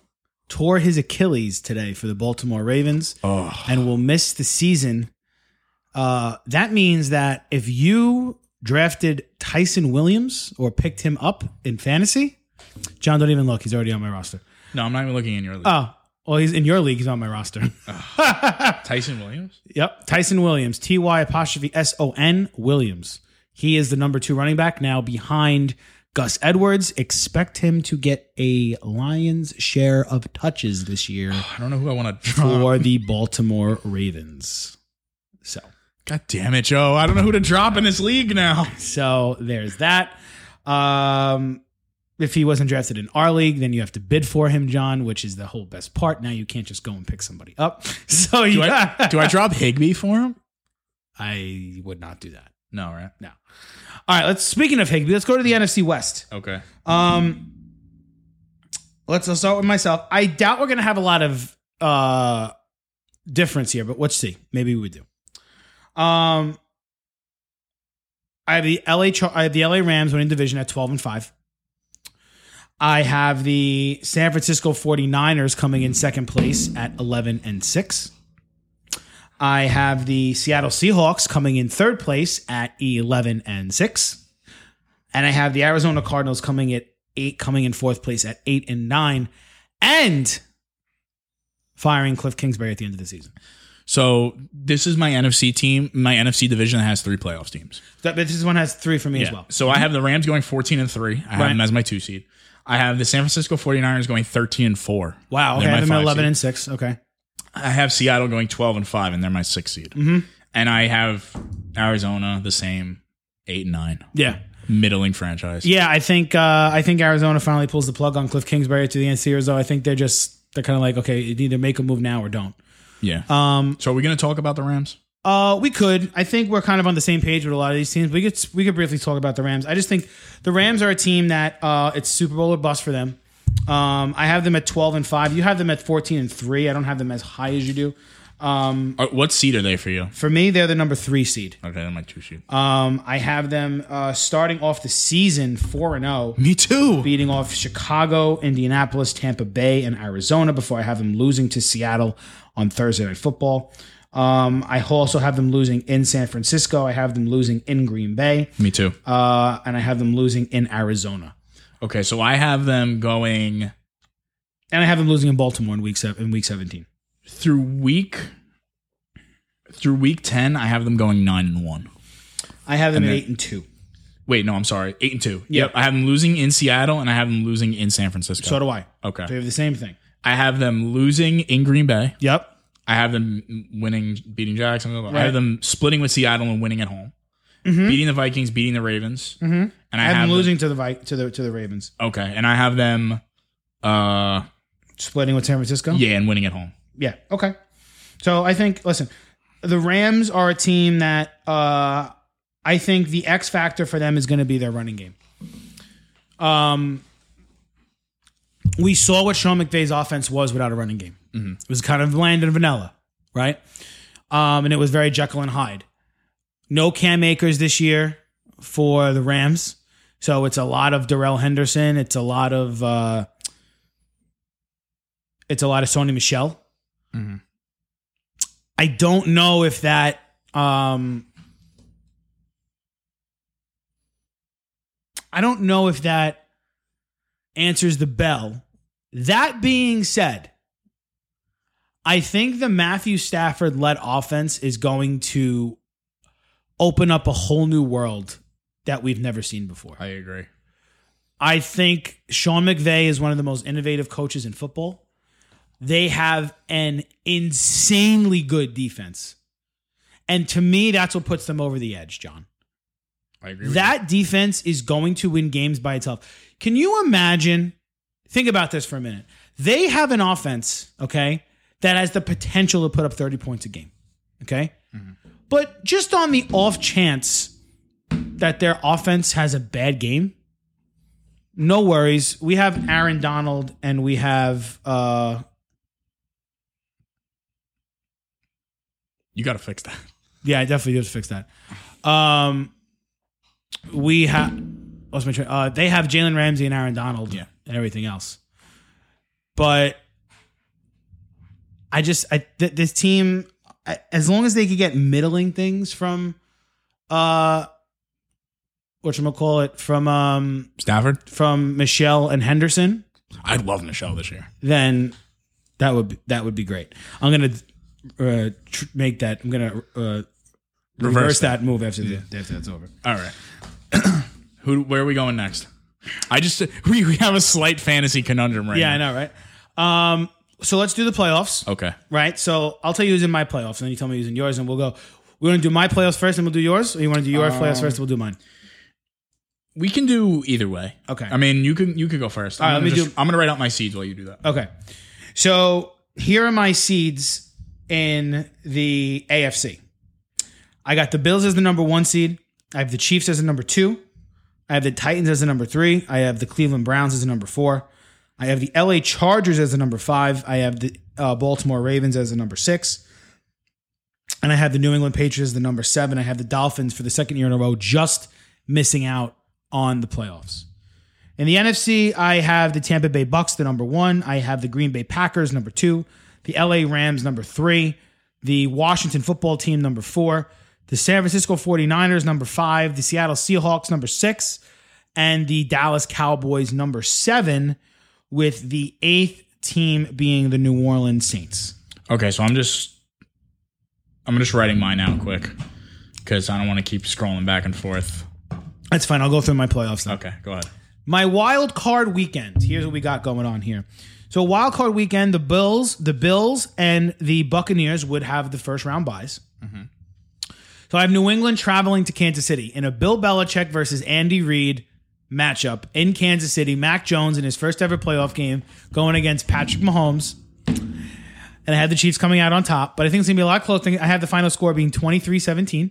A: tore his Achilles today for the Baltimore Ravens
C: Oh.
A: and will miss the season. Uh, that means that if you drafted Tyson Williams or picked him up in fantasy, John, don't even look. He's already on my roster.
C: No, I'm not even looking in your league.
A: Oh, Well, he's in your league. He's on my roster.
C: Tyson Williams.
A: yep. Tyson Williams, T Y apostrophe S O N Williams. He is the number two running back now behind Gus Edwards. Expect him to get a lion's share of touches this year
C: I don't know who I want to drop.
A: for the Baltimore Ravens. So,
C: God damn it, Joe! I don't know who to drop in this league now.
A: so there's that. Um, if he wasn't drafted in our league, then you have to bid for him, John, which is the whole best part. Now you can't just go and pick somebody up. So you
C: Do I, do I drop Higby for him?
A: I would not do that.
C: No, right?
A: No. All right. Let's speaking of Higby, let's go to the NFC West.
C: Okay.
A: Um, let's, let's start with myself. I doubt we're gonna have a lot of uh difference here, but let's see. Maybe we do. Um, I have the LA Char- I have the LA Rams winning division at twelve and five. I have the San Francisco 49ers coming in second place at 11 and 6. I have the Seattle Seahawks coming in third place at 11 and 6. And I have the Arizona Cardinals coming at 8 coming in fourth place at 8 and 9 and firing Cliff Kingsbury at the end of the season.
C: So this is my NFC team, my NFC division that has three playoffs teams.
A: That, but this one has 3 for me as well.
C: So I have the Rams going 14 and 3. I have
A: Right.
C: them as my two seed. I have the San Francisco 49ers going 13 and 4.
A: Wow, okay,
C: They're
A: I
C: my
A: have them at
C: five
A: 11
C: seed.
A: and 6. Okay.
C: I have Seattle going 12 and 5 and they're my 6 seed.
A: Mm-hmm.
C: And I have Arizona the same 8 and 9.
A: Yeah.
C: Middling franchise.
A: Yeah, I think uh, I think Arizona finally pulls the plug on Cliff Kingsbury to the end series. Though I think they're just they're kind of like okay, you either make a move now or don't.
C: Yeah.
A: Um,
C: so are we going to talk about the Rams?
A: uh, we could. I think we're kind of on the same page with a lot of these teams. We could we could briefly talk about the Rams. I just think the Rams are a team that uh, it's Super Bowl or bust for them. Um, I have them at twelve and five. You have them at fourteen and three. I don't have them as high as you do.
C: Uh, What seed are they for you?
A: For me, they're the number three seed.
C: Okay, they're my two seed.
A: Um, I have them uh, starting off the season four and zero.
C: Me too.
A: beating off Chicago, Indianapolis, Tampa Bay, and Arizona before I have them losing to Seattle on Thursday Night Football. Um, I also have them losing in San Francisco. I have them losing in Green Bay,
C: Me too.
A: uh, and I have them losing in Arizona,
C: Okay, so I have them going
A: and I have them losing in Baltimore in week seven, in week seventeen.
C: through week through week 10, I have them going 9 and 1.
A: I have them
C: And
A: at
C: then-
A: eight and two.
C: Wait, no, I'm sorry. 8 and 2.
A: Yeah.
C: Yep. I have them losing in Seattle and I have them losing in San Francisco.
A: So do I. So we
C: Okay.
A: have the same thing.
C: I have them losing in Green Bay.
A: Yep.
C: I have them winning, beating Jacksonville. I
A: Right.
C: have them splitting with Seattle and winning at home, beating the Vikings, beating the Ravens, and I,
A: I
C: have,
A: Mm-hmm. have, them
C: losing.
A: losing to the Vi- to the to the Ravens,
C: okay, and I have them, uh,
A: splitting with San Francisco.
C: yeah, and winning at home.
A: Yeah. Okay. So I think listen, the Rams are a team that uh I think the X factor for them is going to be their running game. Um we saw what Sean McVay's offense was without a running game. It was kind of bland and vanilla, right? Um, and it was very Jekyll and Hyde. No Cam Akers this year for the Rams. So it's a lot of Darrell Henderson. It's a lot of uh, it's a lot of Sony Michelle. I don't know if that um I don't know if that answers the bell. That being said, I think the Matthew Stafford led offense is going to open up a whole new world that we've never seen before.
C: I agree.
A: I think Sean McVay is one of the most innovative coaches in football. They have an insanely good defense. And to me, that's what puts them over the edge, John.
C: I agree. With
A: That defense is going to win games by itself. Can you imagine? Think about this for a minute. They have an offense, okay, that has the potential to put up 30 points a game, okay?
C: Mm-hmm.
A: But just on the off chance that their offense has a bad game, no worries. We have Aaron Donald and we have uh
C: you. You got to fix that.
A: Yeah, I definitely did fix that. Um, we have what's my train? Uh, they have Jalen Ramsey and Aaron Donald
C: Yeah.
A: and everything else, but I just I th- this team I, as long as they could get middling things from uh what call it from um
C: Stafford.
A: from Michelle and Henderson,
C: I love Michelle this year.
A: then That would be, that would be great. I'm gonna uh, tr- make that. I'm gonna uh, reverse, that. move after the, after that's over.
C: All right. Who? Where are we going next? I just we, we have a slight fantasy conundrum right
A: Yeah, I
C: now.
A: know, right? Um, so let's do the playoffs,
C: Okay.
A: right? So I'll tell you who's in my playoffs, and then you tell me who's in yours, and we'll go. We want to do my playoffs first, and we'll do yours. Or you want to do your playoffs first, and we'll do mine.
C: We can do either way.
A: Okay.
C: I mean, you can you can go first.
A: All right,
C: I'm
A: let
C: gonna
A: me
C: just-
A: do-
C: I'm gonna write out my seeds while you do that.
A: Okay, so here are my seeds in the AFC. I got the Bills as the number one seed. I have the Chiefs as the number two. I have the Titans as the number three. I have the Cleveland Browns as the number four. I have the LA Chargers as the number five. I have the uh, Baltimore Ravens as the number six. And I have the New England Patriots as the number seven. I have the Dolphins for the second year in a row, just missing out on the playoffs. In the NFC, I have the Tampa Bay Bucks, the number one. I have the Green Bay Packers, number two. The LA Rams, number three. The Washington football team, number four. The San Francisco 49ers, number five. The Seattle Seahawks, number six. And the Dallas Cowboys, number seven, with the eighth team being the New Orleans Saints.
C: Okay, so I'm just I'm just writing mine out quick because I don't want to keep scrolling back and forth.
A: That's fine. I'll go through my playoffs now.
C: Okay, go ahead.
A: My wild card weekend. Here's what we got going on here. So wild card weekend, the Bills, the Bills, and the Buccaneers would have the first round buys. Mm-hmm. So I have New England traveling to Kansas City in a Bill Belichick versus Andy Reid matchup in Kansas City. Mac Jones in his first ever playoff game going against Patrick Mahomes. And I had the Chiefs coming out on top, but I think it's gonna be a lot closer. I have the final score being 23-17.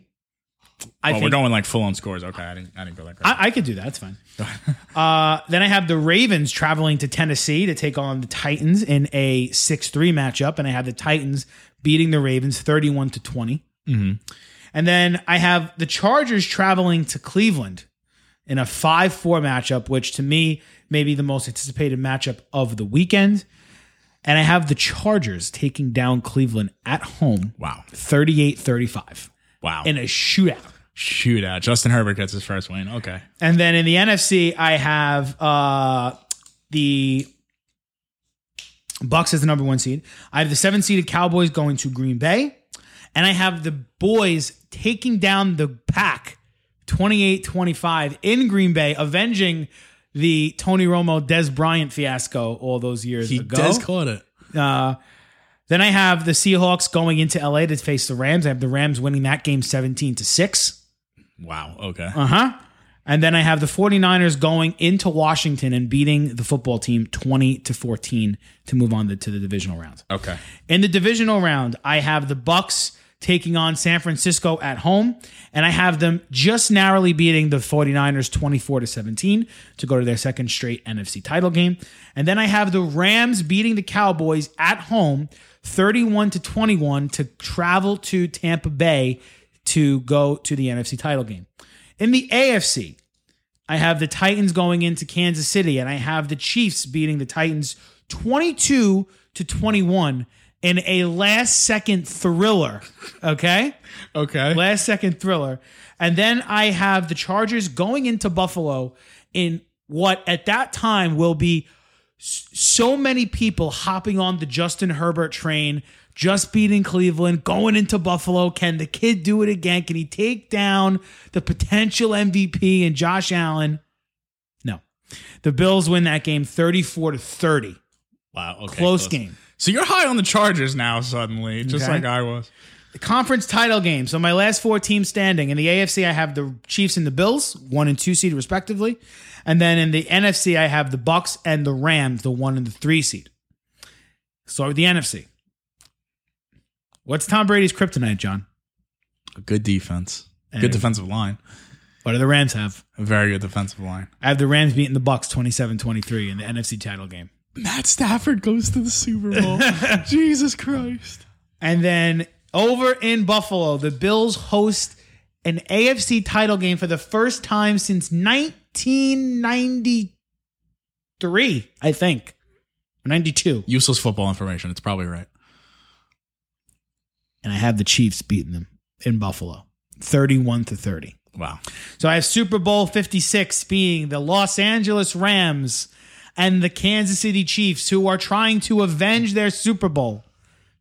A: I
C: Oh, we're going like full on scores. Okay, I didn't I didn't go that great.
A: I, I could do that. It's fine. uh, then I have the Ravens traveling to Tennessee to take on the Titans in a 6 3 matchup. And I have the Titans beating the Ravens 31 to 20. And then I have the Chargers traveling to Cleveland in a 5 4 matchup, which to me may be the most anticipated matchup of the weekend. And I have the Chargers taking down Cleveland at home
C: wow,
A: 38 35
C: wow.
A: in a shootout.
C: Shootout. Justin Herbert gets his first win. Okay.
A: And then in the NFC, I have uh, the Bucks as the number one seed. I have the seven seeded Cowboys going to Green Bay, and I have the boys taking down the pack 28-25 in Green Bay, avenging the Tony Romo Des Bryant fiasco all those years ago.
C: caught it.
A: Then I have the Seahawks going into LA to face the Rams. I have the Rams winning that game 17 to 6.
C: Wow. Okay.
A: Uh huh. And then I have the 49ers going into Washington and beating the football team 20 to 14 to move on to, to the divisional round.
C: okay.
A: In the divisional round, I have the Bucks taking on San Francisco at home, and I have them just narrowly beating the 49ers 24 to 17 to go to their second straight NFC title game. And then I have the Rams beating the Cowboys at home 31 to 21 to travel to Tampa Bay to go to the NFC title game. In the AFC, I have the Titans going into Kansas City, and I have the Chiefs beating the Titans 22 to 21 in a last second thriller. Okay?
C: Okay.
A: last second thriller. And then I have the Chargers going into Buffalo in what at that time will be s- so many people hopping on the Justin Herbert train, just beating Cleveland, going into Buffalo. Can the kid do it again? Can he take down the potential MVP and Josh Allen? No. The Bills win that game 34 to 30.
C: wow. Okay.
A: Close, game.
C: So you're high on the Chargers now suddenly, just
A: Okay.
C: like I was.
A: The conference title game. So my last four teams standing in the AFC, I have the Chiefs and the Bills, one and two seed respectively, and then in the NFC, I have the Bucks and the Rams, the one and the three seed. Start with the NFC. What's Tom Brady's kryptonite, John?
C: A good defense.
A: And-
C: Good defensive line.
A: What do the Rams have?
C: A very good defensive line.
A: I have the Rams beating the Bucks 27-23 in the NFC title game.
C: Matt Stafford goes to the Super Bowl. Jesus Christ.
A: And then over in Buffalo, the Bills host an AFC title game for the first time since 1993, I think. Or 92.
C: Useless football information. It's probably right.
A: And I have the Chiefs beating them in Buffalo. 31 to 30.
C: Wow.
A: So I have Super Bowl 56 being the Los Angeles Rams and the Kansas City Chiefs, who are trying to avenge their Super Bowl.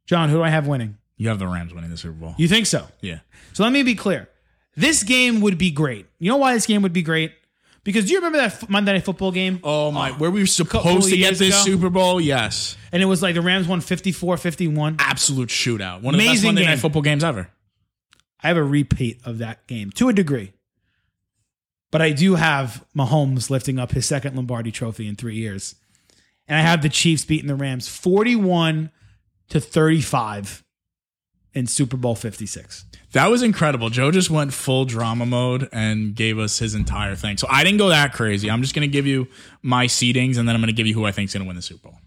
A: John, who do I have winning?
C: You have the Rams winning the Super Bowl.
A: You think so?
C: yeah.
A: So let me be clear. This game would be great. You know why this game would be great? Because do you remember that f- Monday Night Football game?
C: Oh my! Where we were
A: couple
C: supposed to get
A: years
C: this
A: ago.
C: Super Bowl? Yes.
A: And it was like the Rams won 54 51.
C: Absolute shootout. One of the best
A: Amazing
C: Monday
A: game.
C: Night Football games ever.
A: I have a repeat of that game to a degree. But I do have Mahomes lifting up his second Lombardi trophy in three years. And I have the Chiefs beating the Rams 41 to 35 in Super Bowl 56.
C: That was incredible. Joe just went full drama mode and gave us his entire thing. So I didn't go that crazy. I'm just going to give you my seedings and then I'm going to give you who I think is going to win the Super Bowl.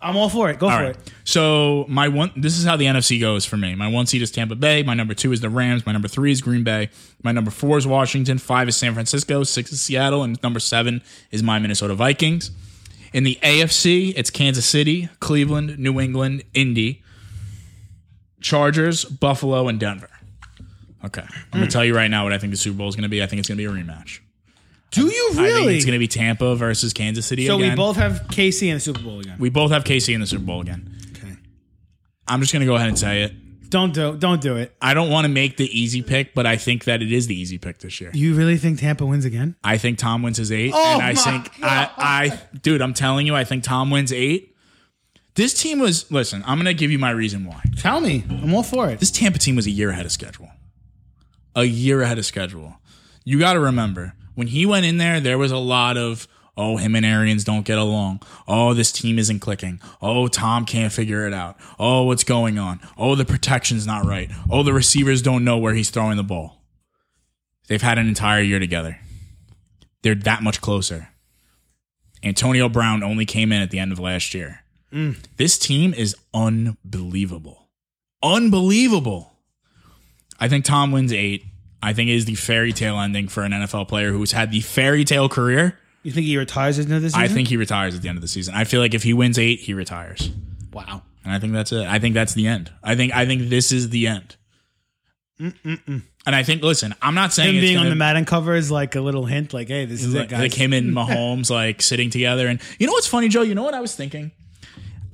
A: I'm all for it. Go
C: All
A: for
C: right.
A: it.
C: So my one, this is how the NFC goes for me. My one seed is Tampa Bay. My number two is the Rams. My number three is Green Bay. My number four is Washington. Five is San Francisco. Six is Seattle. And number seven is my Minnesota Vikings. In the AFC, it's Kansas City, Cleveland, New England, Indy, Chargers, Buffalo, and Denver. Okay, I'm gonna
A: Hmm.
C: tell you right now what I think the Super Bowl is gonna be. I think it's gonna be a rematch.
A: Do you
C: I think
A: really?
C: it's gonna be Tampa versus Kansas City.
A: so
C: again.
A: we both have KC in the Super Bowl again.
C: we both have KC in the Super Bowl again.
A: Okay.
C: I'm just gonna go ahead and say it.
A: Don't do don't do it.
C: I don't want to make the easy pick, but I think that it is the easy pick this year.
A: You really think Tampa wins again?
C: I think Tom wins his eight,
A: Oh
C: and I
A: my
C: think I, I, dude, I'm telling you, I think Tom wins eight. This team was listen. I'm gonna give you my reason why.
A: Tell me. I'm all for it.
C: This Tampa team was a year ahead of schedule. A year ahead of schedule. You got to remember when he went in there, there was a lot of oh him and Arians don't get along. Oh this team isn't clicking. Oh Tom can't figure it out. Oh what's going on? Oh the protection's not right. Oh the receivers don't know where he's throwing the ball. They've had an entire year together. They're that much closer. Antonio Brown only came in at the end of last year. This team is unbelievable. Unbelievable. I think Tom wins eight. I think it is the fairy tale ending for an NFL player who's had the fairy tale career.
A: You think he retires into this season?
C: I think he retires at the end of the season. I feel like if he wins eight, he retires.
A: wow.
C: And I think that's it. I think that's the end. I think I think this is the end. And I think listen, I'm not saying
A: Him
C: it's
A: being on
C: gonna-
A: the Madden cover is like a little hint, like, hey, this is it,
C: like,
A: guys.
C: like him and Mahomes like sitting together. And you know what's funny, Joe? You know what I was thinking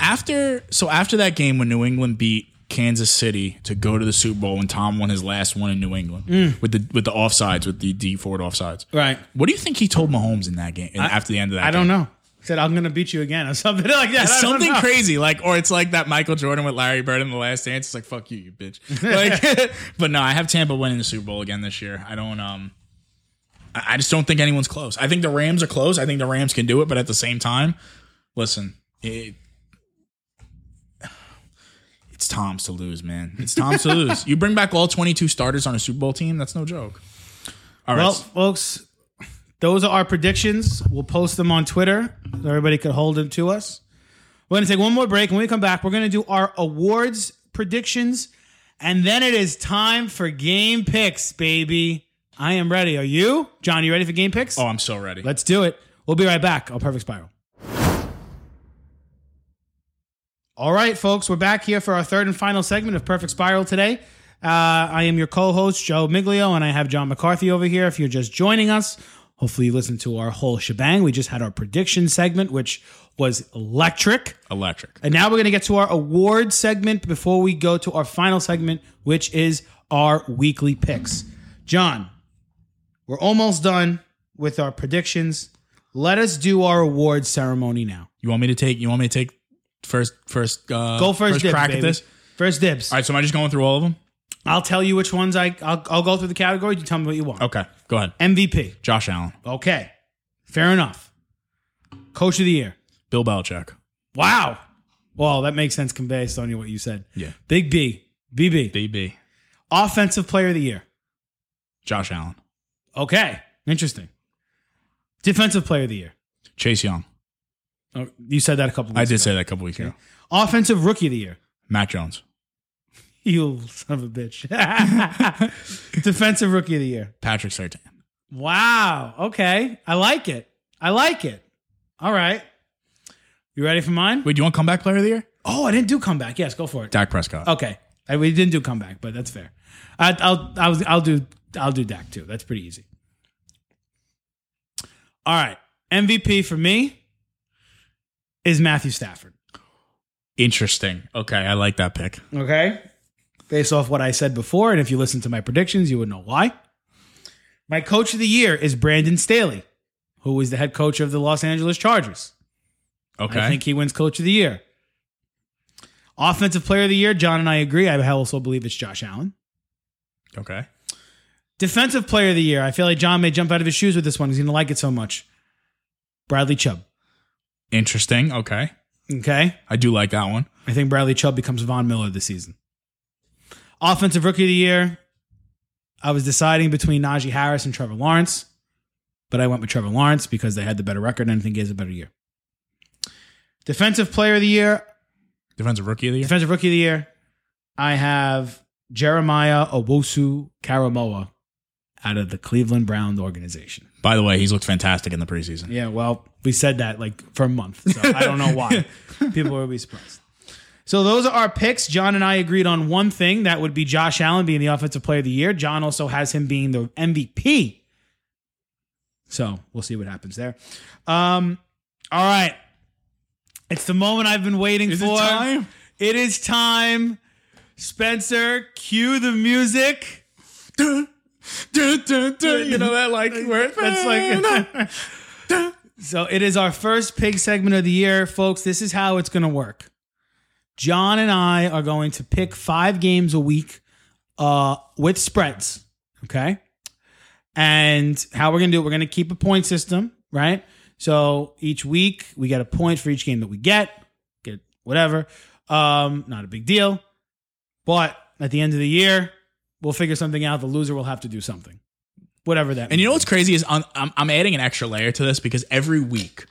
C: after so after that game when New England beat Kansas City to go to the Super Bowl when Tom won his last one in New England with the with the offsides with the D Ford offsides.
A: Mm. Right.
C: What do you think he told Mahomes in that game after the end of that?
A: I don't
C: game?
A: know. He said, I'm gonna beat you again or something like that. I
C: It's
A: don't
C: something
A: know.
C: crazy, like, or it's like that Michael Jordan with Larry Bird in the Last Dance. It's like, fuck you, you bitch. Like, but no, I have Tampa winning the Super Bowl again this year. I don't. um I I just don't think anyone's close. I think the Rams are close. I think the Rams can do it, but at the same time, listen, it, it's Tom's to lose, man. It's Tom's to lose. You bring back all twenty-two starters on a Super Bowl team. That's no joke. All right.
A: Well, folks, those are our predictions. We'll post them on Twitter so everybody could hold them to us. We're gonna take one more break. When we come back, we're gonna do our awards predictions. And then it is time for game picks, baby. I am ready. Are you? John, you ready for game picks?
C: oh, I'm so ready.
A: Let's do it. We'll be right back on Perfect Spiral. All right, folks, we're back here for our third and final segment of Perfect Spiral today. Uh, I am your co host, Joe Miglio, and I have John McCarthy over here. If you're just joining us, hopefully you listened to our whole shebang. We just had our prediction segment, which was electric.
C: Electric.
A: And now we're going to get to our award segment before we go to our final segment, which is our weekly picks. John, we're almost done with our predictions. Let us do our award ceremony now.
C: You want me to take? You want me to take first? First. Uh,
A: Go first, dibs,
C: crack
A: baby.
C: at this.
A: First dibs.
C: All right, so am I just going through all of them?
A: I'll tell you which ones I. I'll, I'll go through the category. You tell me what you want.
C: Okay, go ahead.
A: MVP.
C: Josh Allen,
A: Okay, fair enough. Coach of the year.
C: Bill Belichick.
A: Wow. Well, that makes sense con- based on what you said.
C: Yeah.
A: Big B. BB.
C: DB.
A: Offensive player of the year.
C: Josh Allen.
A: Okay. Interesting. Defensive player of the year.
C: Chase Young.
A: Oh, you said that a couple weeks
C: I did
A: ago.
C: say that a couple weeks ago.
A: Offensive rookie of the year.
C: Matt Jones.
A: You son of a bitch. Defensive rookie of the year.
C: Patrick Sertan.
A: Wow. Okay. I like it. I like it. All right. You ready for mine?
C: Wait, do you want comeback player of the year?
A: Oh, I didn't do comeback. Yes, go for it.
C: Dak Prescott.
A: Okay. I, we didn't do comeback, but that's fair. I, I'll I was I'll do I'll do Dak too. That's pretty easy. All right. MVP for me. is Matthew Stafford.
C: Interesting. Okay, I like that pick.
A: Okay. Based off what I said before, and if you listen to my predictions, you would know why. My coach of the year is Brandon Staley, who is the head coach of the Los Angeles Chargers.
C: Okay.
A: I think he wins coach of the year. Offensive player of the year, John and I agree. I also believe it's Josh Allen.
C: okay.
A: Defensive player of the year, I feel like John may jump out of his shoes with this one. He's going to like it so much. Bradley Chubb.
C: Interesting. Okay.
A: Okay.
C: I do like that one.
A: I think Bradley Chubb becomes Von Miller this season. Offensive rookie of the year, I was deciding between Najee Harris and Trevor Lawrence, but I went with Trevor Lawrence because they had the better record and I think he has a better year. Defensive player of the year,
C: Defensive rookie of the year.
A: Defensive Rookie of the Year, I have Jeremiah Owosu Karamoa out of the Cleveland Brown organization.
C: By the way, he's looked fantastic in the preseason.
A: Yeah, well, we said that like for a month, so I don't know why. People will be surprised. So those are our picks. John and I agreed on one thing that would be Josh Allen being the offensive player of the year. John also has him being the MVP. So we'll see what happens there. Um, all right. It's the moment I've been waiting
C: Is it
A: for.
C: time?
A: It is time. Spencer, cue the music.
C: Dun, dun, dun, you know that like where
A: That's like So it is our first pig segment of the year, folks. This is how it's going to work. John and I are going to pick five games a week uh, with spreads. Okay. And how we're going to do it, we're going to keep a point system, right? So each week we get a point for each game that we get, get whatever. Um, not a big deal. But at the end of the year, we'll figure something out. The loser will have to do something, whatever that
C: And you know what's crazy is I'm, I'm, I'm adding an extra layer to this because every week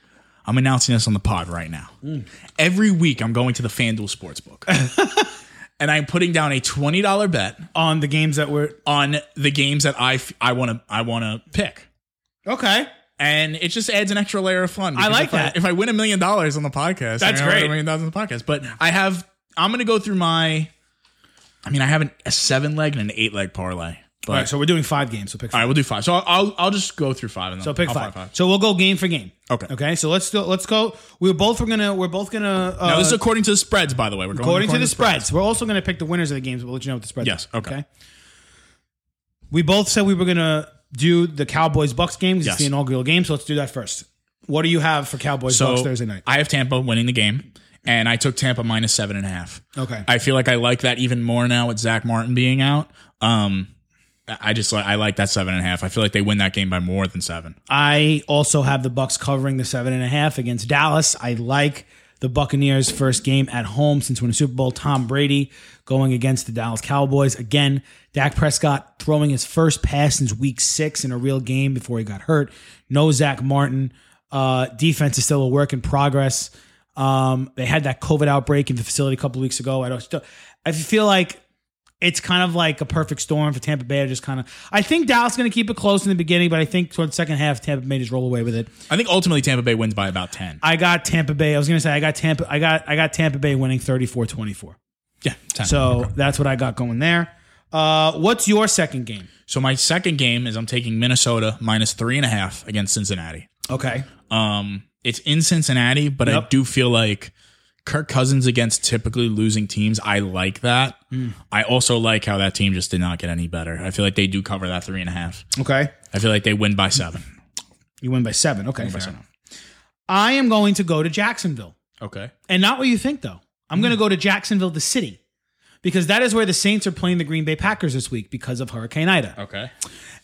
C: I'm announcing this on the pod right now. Every week I'm going to the FanDuel Sportsbook and I'm putting down a $20 bet
A: on the games that we're
C: on the games that I, f- I want to I want to pick.
A: okay.
C: And it just adds an extra layer of fun. because
A: like
C: if
A: that.
C: if I win a million dollars on the podcast,
A: That's
C: I mean, I win
A: great.
C: A million dollars on the podcast. But I have I'm going to go through my I mean I have an, a seven leg and an eight leg parlay. But
A: All right, so we're doing five games. So pick
C: all
A: five.
C: right, we'll do five. So I'll I'll, I'll just go through five and then
A: so pick
C: I'll
A: five.
C: find five.
A: So we'll go game for game.
C: Okay.
A: Okay. So let's do, let's go. We're both we're gonna we're both gonna uh,
C: Now, this is according to the spreads, by the way. We're going
A: according to the spreads. We're also gonna pick the winners of the games. We'll let you know what the spreads.
C: Yes,
A: are,
C: okay.
A: We both said we were gonna do the Cowboys Bucks game. 'cause It's
C: Yes.
A: the inaugural game. So let's do that first. What do you have for Cowboys
C: So
A: Bucks Thursday night?
C: I have Tampa winning the game, and I took Tampa minus seven and a half.
A: Okay.
C: I feel like I like that even more now with Zach Martin being out. Um, I I just like I like that seven and a half. I feel like they win that game by more than seven.
A: I also have the Bucks covering the seven and a half against Dallas. I like the Buccaneers' first game at home since winning the Super Bowl. Tom Brady going against the Dallas Cowboys again. Dak Prescott throwing his first pass since Week Six in a real game before he got hurt. No Zach Martin. Uh, defense is still a work in progress. Um, they had that COVID outbreak in the facility a couple weeks ago. I don't. I feel like it's kind of like a perfect storm for Tampa Bay. They're Just kind of, I think Dallas is going to keep it close in the beginning, but I think towards the second half, Tampa Bay just roll away with it.
C: I think ultimately Tampa Bay wins by about ten.
A: I got Tampa Bay. I was going to say I got Tampa. I got I got Tampa Bay winning 34-24.
C: yeah, 10.
A: So that's what I got going there. Uh, what's your second game?
C: so my second game is I'm taking Minnesota minus three and a half against Cincinnati.
A: Okay,
C: Um, it's in Cincinnati, but I
A: Yep.
C: do feel like Kirk Cousins against typically losing teams. I like that. I also like how that team just did not get any better. I feel like they do cover that three and a half.
A: okay,
C: I feel like they win by seven.
A: you win by seven. Okay, fair enough. I am going to go to Jacksonville.
C: Okay.
A: And not what you think, though. I'm going to go to Jacksonville, the city, because that is where the Saints are playing the Green Bay Packers this week because of Hurricane Ida.
C: Okay.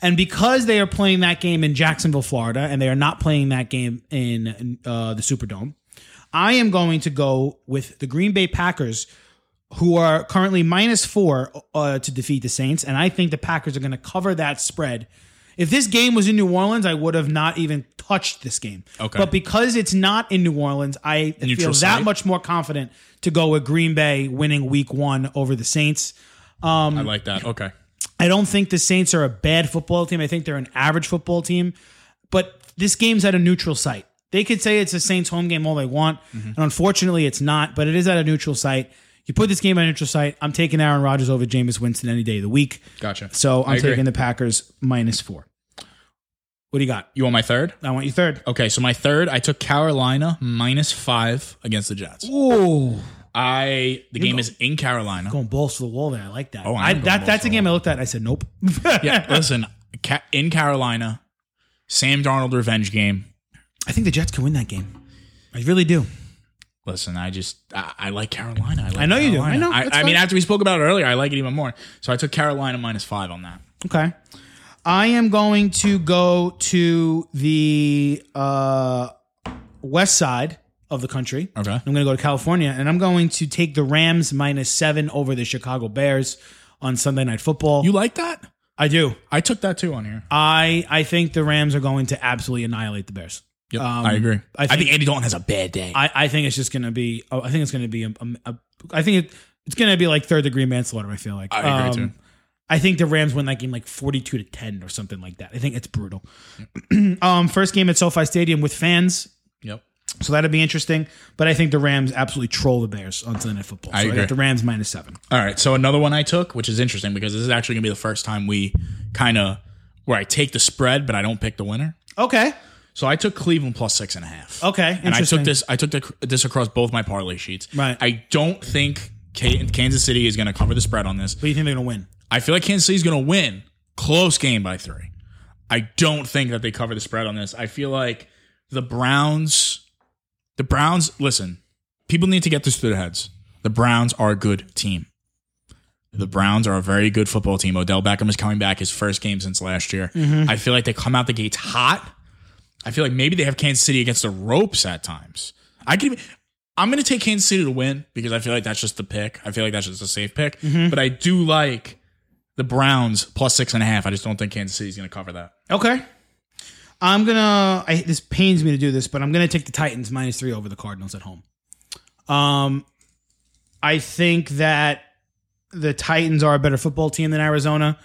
A: And because they are playing that game in Jacksonville, Florida, and they are not playing that game in uh, the Superdome, I am going to go with the Green Bay Packers, who are currently minus four uh, to defeat the Saints. And I think the Packers are going to cover that spread. If this game was in New Orleans, I would have not even touched this game.
C: Okay.
A: But because it's not in New Orleans, I
C: Neutral
A: feel that
C: site?
A: much more confident to go with Green Bay winning week one over the Saints.
C: I like that. Okay.
A: I don't think the Saints are a bad football team. I think they're an average football team. But this game's at a neutral site. They could say it's a Saints home game all they want.
C: Mm-hmm.
A: And unfortunately, it's not, but it is at a neutral site. You put this game at a neutral site. I'm taking Aaron Rodgers over Jameis Winston any day of the week.
C: Gotcha.
A: So I'm
C: I agree.
A: taking the Packers minus four. What do you got?
C: You want my third?
A: I want you third.
C: Okay, so my third, I took Carolina minus five against the Jets.
A: Ooh,
C: I the game is in Carolina.
A: going balls to the wall there. I like that.
C: Oh, I am
A: I,
C: going
A: that
C: balls
A: that's
C: to
A: a
C: the
A: game I looked at. I said nope.
C: Yeah, listen, ca- in Carolina, Sam Darnold revenge game.
A: I think the Jets can win that game. I really do.
C: Listen, I just I, I like Carolina. I, like
A: I know you do.
C: Carolina.
A: Oh, I know.
C: I,
A: That's
C: I mean,
A: fine.
C: after we spoke about it earlier, I like it even more. So I took Carolina minus five on that.
A: Okay. I am going to go to the uh, west side of the country.
C: Okay.
A: I'm going to go to California and I'm going to take the Rams minus seven over the Chicago Bears on Sunday Night Football.
C: You like that?
A: I do.
C: I took that too on here.
A: I, I think the Rams are going to absolutely annihilate the Bears.
C: Yep,
A: Um,
C: I agree.
A: I
C: I think,
A: think-
C: Andy Dalton has a bad day.
A: I, I think it's just going to be, oh, I think it's going to be, a, a, a, I think it, it's going to be like third degree manslaughter, I feel like. Um,
C: I agree, too.
A: I think the Rams win that game like 42 to 10 or something like that. I think it's brutal. um, first game at SoFi Stadium with fans.
C: yep.
A: So that'd be interesting. But I think the Rams absolutely troll the Bears on Sunday Night Football. So
C: I
A: I
C: agree.
A: got the Rams minus seven.
C: All right. So another one I took, which is interesting because this is actually gonna be the first time we kind of where I take the spread, but I don't pick the winner.
A: Okay.
C: So I took Cleveland plus six and a half.
A: Okay.
C: and I took
A: Oh, Interesting.
C: this. I took the, this across both my parlay sheets.
A: Right.
C: I don't think K- Kansas City is going to cover the spread on this.
A: But you think they're going to win?
C: I feel like Kansas City's going to win close game by three. I don't think that they cover the spread on this. I feel like the Browns, the Browns. Listen, people need to get this through their heads. The Browns are a good team. The Browns are a very good football team. Odell Beckham is coming back his first game since last year. I feel like they come out the gates hot. I feel like maybe they have Kansas City against the ropes at times. I could. I'm going to take Kansas City to win because I feel like that's just the pick. I feel like that's just a safe pick. But I do like the Browns plus six and a half. I just don't think Kansas City's going to cover that.
A: Okay. I'm gonna. I, this pains me to do this, but I'm gonna take the Titans minus three over the Cardinals at home. Um, I think that the Titans are a better football team than Arizona.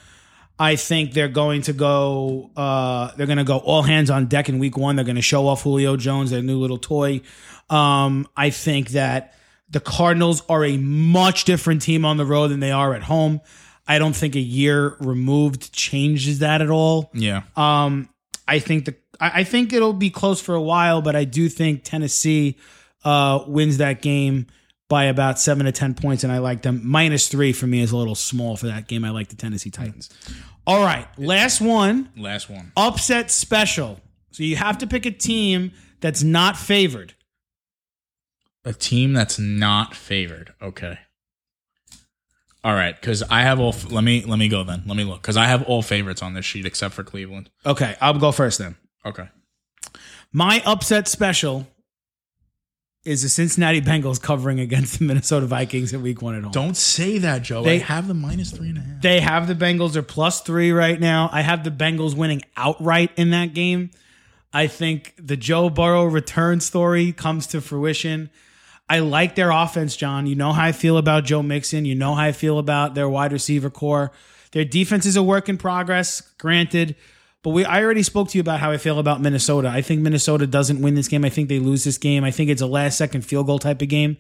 A: I think they're going to go. Uh, they're going to go all hands on deck in Week One. They're going to show off Julio Jones, their new little toy. Um, I think that the Cardinals are a much different team on the road than they are at home. I don't think a year removed changes that at all.
C: Yeah.
A: Um, I think the I I think it'll be close for a while, but I do think Tennessee uh, wins that game by about seven to ten points, and I like them. Minus three for me is a little small for that game. I like the Tennessee Titans. All right, last one
C: Last one.
A: upset special. So you have to pick a team that's not favored.
C: A team that's not favored. Okay. All right, because I have all. Let me let me go then. Let me look because I have all favorites on this sheet except for Cleveland.
A: Okay, I'll go first then.
C: Okay.
A: My upset special is the Cincinnati Bengals covering against the Minnesota Vikings in Week One at home.
C: Don't say that, Joe.
A: They-
C: I have the minus three and a half.
A: They have the Bengals are plus three right now. I have the Bengals winning outright in that game. I think the Joe Burrow return story comes to fruition. I like their offense, John. You know how I feel about Joe Mixon. You know how I feel about their wide receiver core. Their defense is a work in progress, granted. But we I already spoke to you about how I feel about Minnesota. I think Minnesota doesn't win this game. I think they lose this game. I think it's a last second field goal type of game.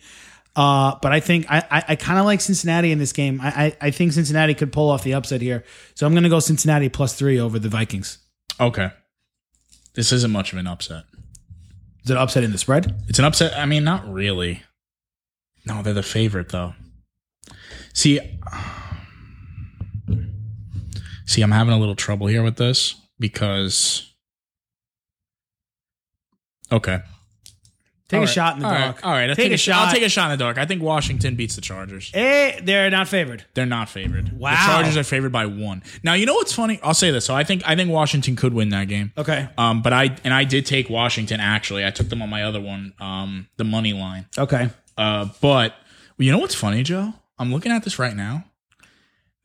A: Uh, but I think I, I, I kind of like Cincinnati in this game. I, I, I think Cincinnati could pull off the upset here. So I'm going to go Cincinnati plus three over the Vikings.
C: okay. This isn't much of an upset.
A: Is it upset in the spread?
C: It's an upset. I mean, not really. No, they're the favorite though. See, see, I'm having a little trouble here with this because. Okay.
A: Take
C: All
A: a
C: right.
A: shot in the
C: All right.
A: dark.
C: All right. I'll
A: take, a shot.
C: I'll take a shot in the dark. I think Washington beats the Chargers.
A: Eh, they're not favored.
C: They're not favored. The
A: Wow.
C: Chargers are favored by one. Now you know what's funny? I'll say this. So I think I think Washington could win that game.
A: Okay.
C: Um, but I and I did take Washington actually. I took them on my other one, um, the money line.
A: Okay.
C: Uh, but you know what's funny, Joe? I'm looking at this right now.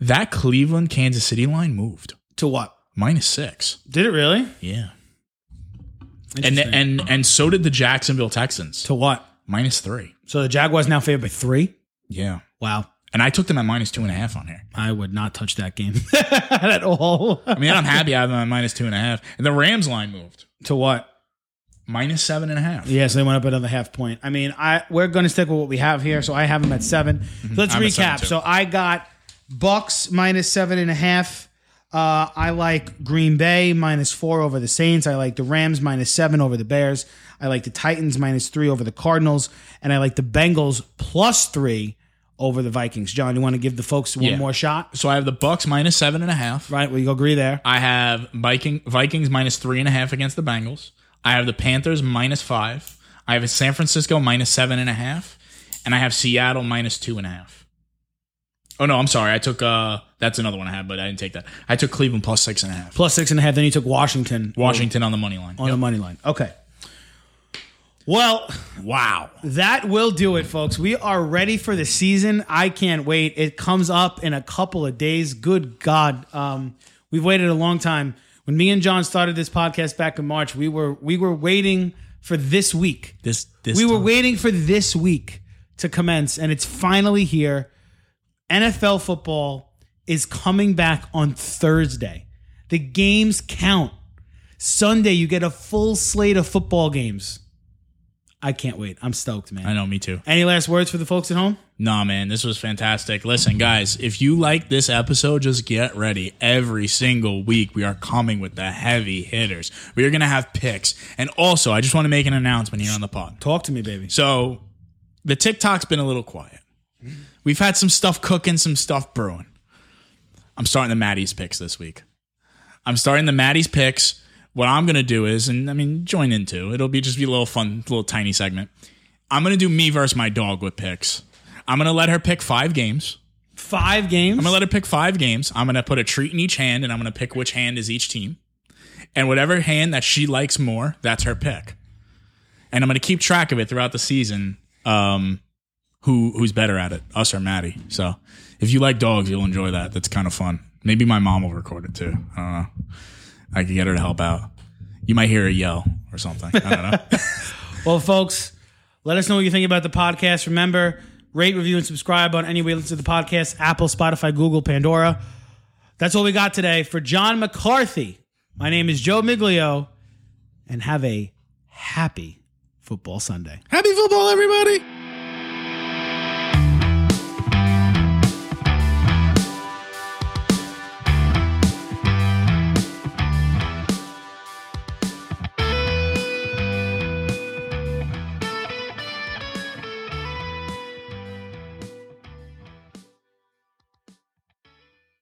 C: That Cleveland Kansas City line moved
A: To what?
C: minus six.
A: Did it really?
C: Yeah, and
A: Interesting.
C: and and so did the Jacksonville Texans
A: to what?
C: minus three.
A: So the Jaguars now favored by three.
C: Yeah,
A: Wow.
C: and I took them at minus two and a half on here.
A: I would not touch that game at all.
C: I mean, I'm happy I have them at minus two and a half. And the Rams line moved
A: to what?
C: minus seven and a half.
A: Yeah, so they went up another half point. I mean, I we're going to stick with what we have here. So I have them at 7 let Let's
C: Mm-hmm. I'm at seven,
A: recap.
C: too.
A: so I got Bucks minus seven and a half. Uh, I like Green Bay minus four over the Saints. I like the Rams minus seven over the Bears. I like the Titans minus three over the Cardinals, and I like the Bengals plus three over the Vikings. John, you want to give the folks one
C: Yeah.
A: more shot?
C: So I have the Bucks minus seven and a half.
A: Right, we agree there.
C: I have Viking Vikings minus three and a half against the Bengals. I have the Panthers minus five. I have San Francisco minus seven and a half, and I have Seattle minus two and a half. Oh no, I'm sorry. I took uh that's another one I had, but I didn't take that. I took Cleveland plus six and a half.
A: Plus six and a half. Then you took Washington
C: Washington on the money line.
A: on the money line. Okay. Well,
C: Wow.
A: That will do it, folks. We are ready for the season. I can't wait. It comes up in a couple of days. Good God, um, we've waited a long time. When me and John started this podcast back in March, we were we were waiting for this week.
C: This this
A: we were
C: time.
A: waiting for this week to commence, and it's finally here. NFL football is coming back on Thursday. The games count. Sunday, you get a full slate of football games. I can't wait. I'm stoked, man.
C: I know, me too.
A: Any last words for the folks at home?
C: Nah, man, this was fantastic. Listen, guys, if you like this episode, just get ready. Every single week, we are coming with the heavy hitters. We are going to have picks. And also, I just want to make an announcement here on the pod.
A: Talk to me, baby.
C: So, the TikTok's been a little quiet. We've had some stuff cooking, some stuff brewing. I'm starting the Maddie's picks this week. I'm starting the Maddie's picks. What I'm going to do is, and I mean, join in too. It'll be just be a little fun, little tiny segment. I'm going to do me versus my dog with picks. I'm going to let her pick five games.
A: Five games.
C: I'm gonna let her pick five games. I'm gonna put a treat in each hand, and I'm gonna pick which hand is each team. And whatever hand that she likes more, that's her pick. And I'm gonna keep track of it throughout the season. Um, who who's better at it, us or Maddie? So if you like dogs, you'll enjoy that. That's kind of fun. Maybe my mom will record it too. I don't know. I can get her to help out. You might hear her yell or something. I don't know.
A: well, folks, let us know what you think about the podcast. Remember, rate, review, and subscribe on any way you listen to the podcast Apple, Spotify, Google, Pandora. That's all we got today. For John McCarthy, my name is Joe Miglio, and have a happy football Sunday.
C: Happy football, everybody.